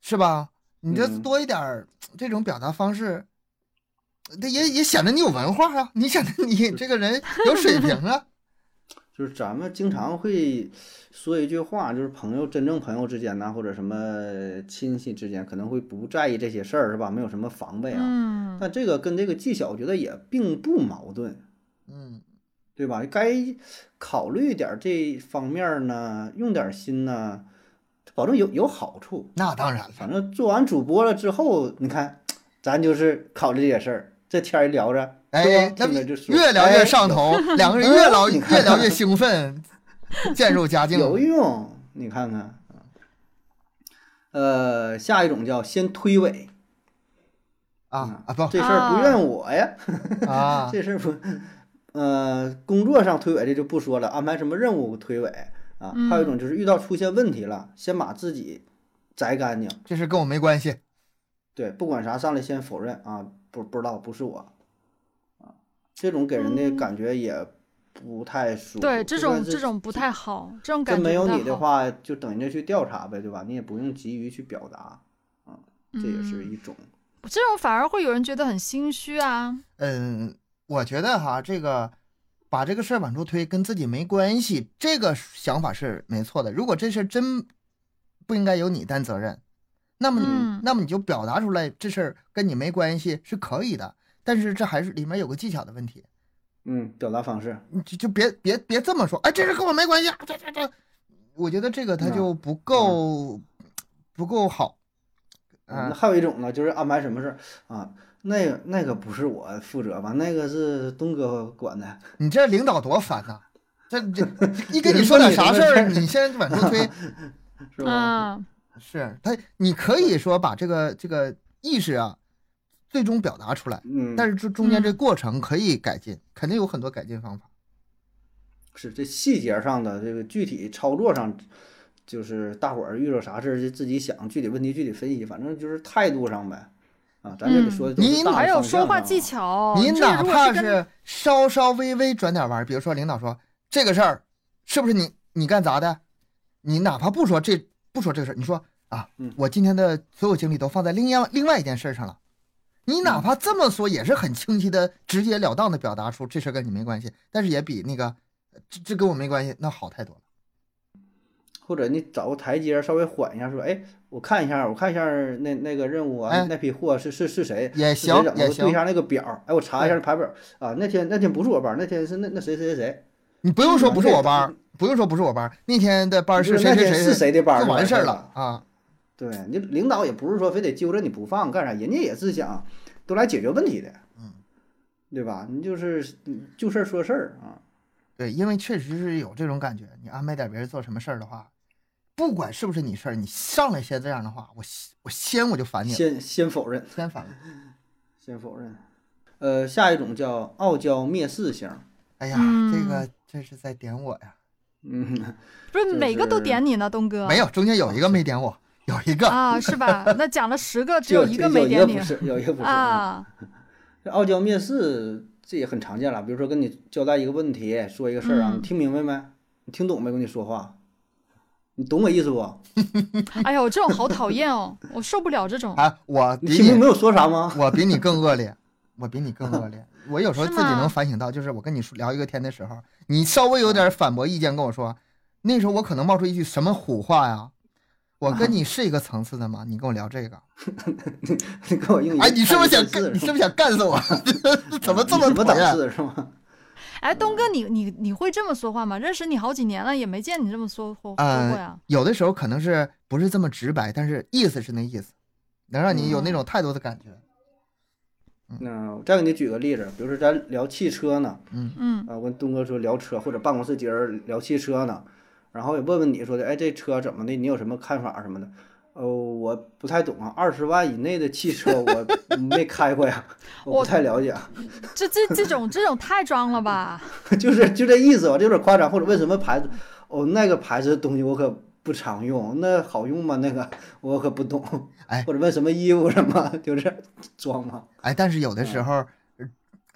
是吧？你这嗯多一点儿这种表达方式，这也也显得你有文化啊，你显得你这个人有水平啊。 (laughs) 就是咱们经常会说一句话，就是朋友真正朋友之间呐，或者什么亲戚之间，可能会不在意这些事儿，是吧？没有什么防备啊。嗯，但这个跟这个技巧，我觉得也并不矛盾，嗯，对吧？该考虑点儿这方面儿呢，用点儿心呢，保证有有好处。那当然了。反正做完主播了之后，你看，咱就是考虑这些事儿，这天儿一聊着，哎，对吧那听着么就舒服越聊越上 (laughs) 头，两个人越聊你看越聊越兴奋，渐入佳哎境。有用。你看看，啊呃，下一种叫先推诿啊啊不这事儿不怨我呀，啊，嗯这事儿不，呃，工作上推诿这就不说了，安排什么任务推诿啊，还有一种就是遇到出现问题了，先把自己摘干净，这事跟我没关系。对，不管啥上来先否认啊，不不知道不是我，啊，这种给人的感觉也不太舒服。对，这就种算是这种不太好，这种感真觉没有不太你的好，话，就等人家去调查呗，对吧？你也不用急于去表达，啊这也是嗯一种。这种反而会有人觉得很心虚啊。嗯，我觉得哈，这个把这个事儿往出推，跟自己没关系，这个想法是没错的。如果这事儿真不应该由你担责任，那么你、嗯那么你就表达出来，这事儿跟你没关系是可以的。但是这还是里面有个技巧的问题，嗯，表达方式，你就就别别别这么说，哎，这事跟我没关系，啊，这这这，我觉得这个他嗯就不够不够好，嗯，嗯那还有一种呢，就是安排什么事儿啊，那个那个不是我负责吧，那个是东哥管的，你这领导多烦呐，这这一跟你说点啥事儿，你现在往出推，是吧？嗯，是他，你可以说把这个这个意识啊，最终表达出来，嗯，但是这中间嗯这过程可以改进，肯定有很多改进方法。是这细节上的这个具体操作上，就是大伙儿遇到啥事儿就自己想，具体问题具体分析，反正就是态度上呗。啊，咱这里说的都你是大的还有方向说话上技啊，巧，你哦这哪如果怕跟是稍稍微微转点弯儿，比如说领导说这个事儿是不是你你干砸的，你哪怕不说这不说这个事儿，你说啊嗯，我今天的所有精力都放在另外另外一件事儿上了，你嗯哪怕这么说也是很清晰的、直截了当的表达出这事儿跟你没关系，但是也比那个这这跟我没关系那好太多了。或者你找个台阶儿稍微缓一下，说，哎，我看一下，我看一下那那个任务啊，哎那批货是是是谁也是谁行整的也我对行一下那个表儿，哎，我查一下那排表儿啊，那天那天不是我班儿，那天是那那谁谁谁谁，你不用说不是我班儿嗯，不用说不是我班儿，那天的班儿就是是那谁谁天是谁谁的班儿就完事儿是吧了啊。对你领导也不是说非得揪着你不放干啥，人家也是想都来解决问题的，嗯，对吧？你就是嗯就事儿说事儿啊，对，因为确实是有这种感觉，你安排点别人做什么事儿的话，不管是不是你事儿，你上来先这样的话，我先我先我就烦你了，先先否认，先烦了。先否认。呃，下一种叫傲娇蔑视型，哎呀，嗯这个这是在点我呀？嗯， (laughs) 不是就每个都是点你呢，东哥没有，中间有一啊个没点我，有一个啊，是吧？那讲了十个，只就一就个没有点一你个不 (laughs) 是，有一个不是。啊。这傲娇蔑视这也很常见了，比如说跟你交代一个问题，说一个事儿啊，嗯你听明白没？你听懂没？跟你说话，你懂我意思不？哎呦，这种好讨厌哦，我受不了这种。啊，我你比听明白你我说啥吗？ (laughs) 我比你更恶劣，我比你更恶 (laughs) 劣。我有时候是自己吗能反省到，就是我跟你说聊一个天的时候，你稍微有啊点反驳意见跟我说，那时候我可能冒出一句什么虎话呀？我啊跟你是一个层次的吗？你跟我聊这个，你跟我用一哎，你是不是想看干？一你次是是吗不是想干死我？ (laughs) 怎么这嗯你么什么讨档厌？嗯次是吗？哎，东哥，你你你会这么说话吗？认识你好几年了，也没见你这么说说说呃过呀。有的时候可能是不是这么直白，但是意思是那意思，能让你有那种态度的感觉。那我再给你举个例子，比如说咱聊汽车呢，嗯，啊，我跟东哥说聊车，或者办公室今儿聊汽车呢，然后也问问你说的，哎，这车怎么的？你有什么看法什么的？呃，我不太懂啊，二十万以内的汽车 (laughs) 我没开过呀，我我不太了解啊， (laughs) 这这这种这种太装了吧？就是就这意思吧，这有点夸张。或者问什么牌子？哦，那个牌子的东西我可不常用，那好用吗？那个我可不懂。哎或者问什么衣服什么， (laughs) 就是装嘛。哎，但是有的时候、呃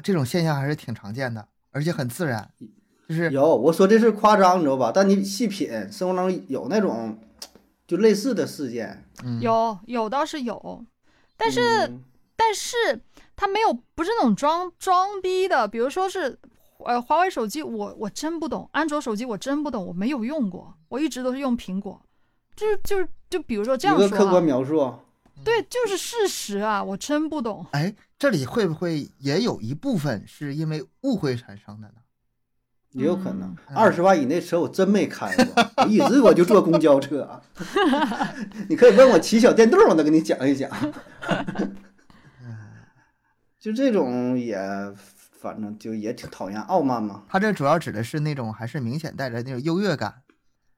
这种现象还是挺常见的，而且很自然，就是有，我说这是夸张，你知道吧？但你细品，生活当中有那种就类似的事件，有有倒是有，但是、嗯但是他没有不是那种装装逼的，比如说是呃华为手机，我我真不懂，安卓手机我真不懂，我没有用过，我一直都是用苹果，就是就是就比如说这样一个说、客观啊，描述，对，就是事实啊，我真不懂。哎，这里会不会也有一部分是因为误会产生的呢？也有可能嗯二十万以内车我真没开过，我一直我就坐公交车。 (laughs) 你可以问我骑小电动，我能给你讲一讲。就这种也，反正就也挺讨厌傲慢嘛。他这主要指的是那种还是明显带着那种优越感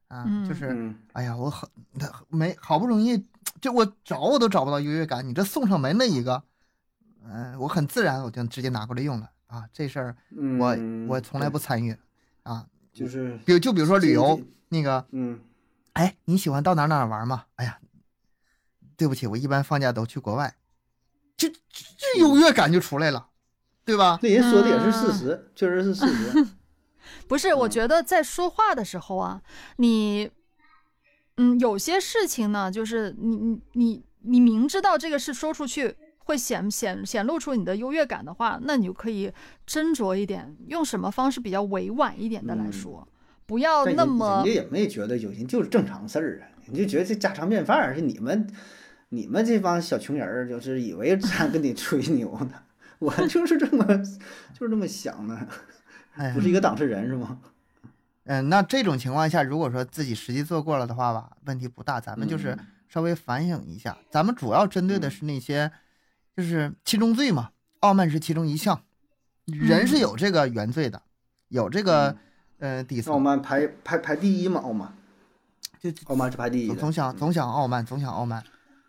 啊，就是嗯，哎呀，我很没好不容易这我找我都找不到优越感，你这送上门的一个，嗯、我很自然我就直接拿过来用了啊，这事儿我嗯我从来不参与啊，就是比如就比如说旅经游济那个嗯，哎，你喜欢到哪儿哪儿玩吗？哎呀，对不起，我一般放假都去国外，这这这优越感就出来了，对吧？这人说的也是嗯事实，确实是事实。不是，我嗯觉得在说话的时候啊，你，嗯，有些事情呢，就是你你你你明知道这个事说出去会显显显露出你的优越感的话，那你就可以斟酌一点，用什么方式比较委婉一点的来嗯说，不要但那人么人家也没觉得有人就是正常事儿啊，你就觉得这家常便饭儿，是你们你们这帮小穷人儿，就是以为咱跟你吹牛呢，我就是这么就是这么想的，哎呀不，是一个档次人是吗？嗯，那这种情况下，如果说自己实际做过了的话吧，问题不大，咱们就是嗯稍微反省一下。咱们主要针对的是那些，就是七宗罪嘛，傲慢是其中一项，人是嗯有这个原罪的，有这个呃底傲层，慢排排排第一嘛，傲慢就傲慢是排第一总的总，嗯想总想傲慢，总想傲慢。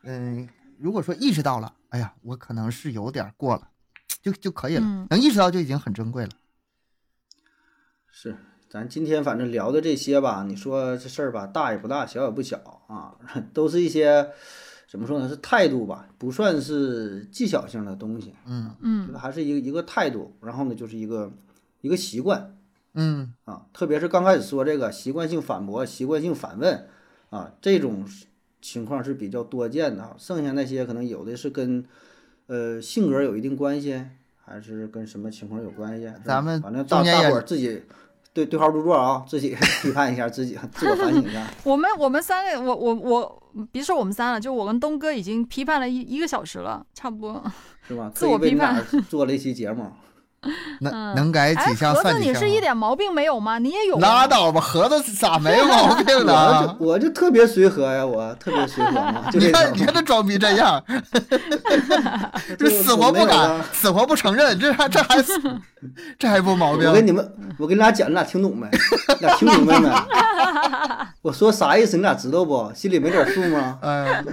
嗯，如果说意识到了，哎呀，我可能是有点儿过了，就就可以了。嗯能意识到就已经很珍贵了。是。咱今天反正聊的这些吧，你说这事儿吧，大也不大，小也不小啊， (laughs) 都是一些怎么说呢，是态度吧，不算是技巧性的东西。嗯觉嗯得还是一个一个态度，然后呢，就是一个一个习惯嗯，啊，特别是刚开始说这个习惯性反驳、习惯性反问啊，这种是情况是比较多见的啊。剩下那些可能有的是跟呃性格有一定关系，还是跟什么情况有关系？是吧啊咱们反正中大间大也伙儿自己对对号入座啊，自己 (laughs) 批判一下，自己自我反省一下。我们我们三个，我我我，别说我们三了，就我跟东哥已经批判了一一个小时了，差不多。是 (laughs) 吧？自特意我为批你俩判做了一期节 (laughs) 目，能能改哎，几项盒算子，几你项是一啊。点毛病没有吗？你也有拉啊倒吧，盒子 (laughs) 咋没毛病我啊了就？我就特别随和呀，我特别随和 (laughs) 嘛，就你这看，种你看这装逼 (laughs) 这样，这死活就没不。有了敢，死活不承认，这还这还 (laughs) 这还不毛病我？跟你们，我跟你俩讲，你俩听懂没？你俩听明白没？我说啥意思？你俩知道不？心里没点数吗？哎，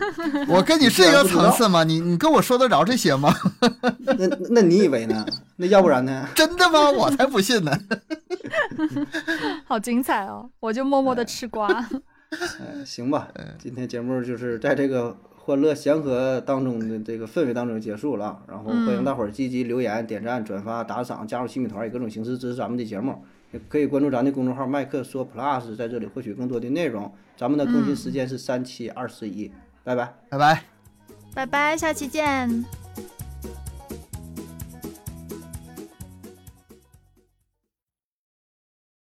我跟你是一个层次吗？你你跟我说得着这些吗？ (laughs) 那那那你以为呢？那要不然呢？真的吗？我才不信呢。好精彩哦！我就默默的吃瓜。哎，行吧，今天节目就是在这个欢乐祥和当中的这个氛围当中结束了。然后欢迎大伙儿积极留言、点赞、转发、打赏，加入新米团，以各种形式支持咱们的节目。也可以关注咱的公众号“麦克说 Plus”，在这里获取更多的内容。咱们的更新时间是三七二十一，拜拜。拜拜。拜拜，下期见。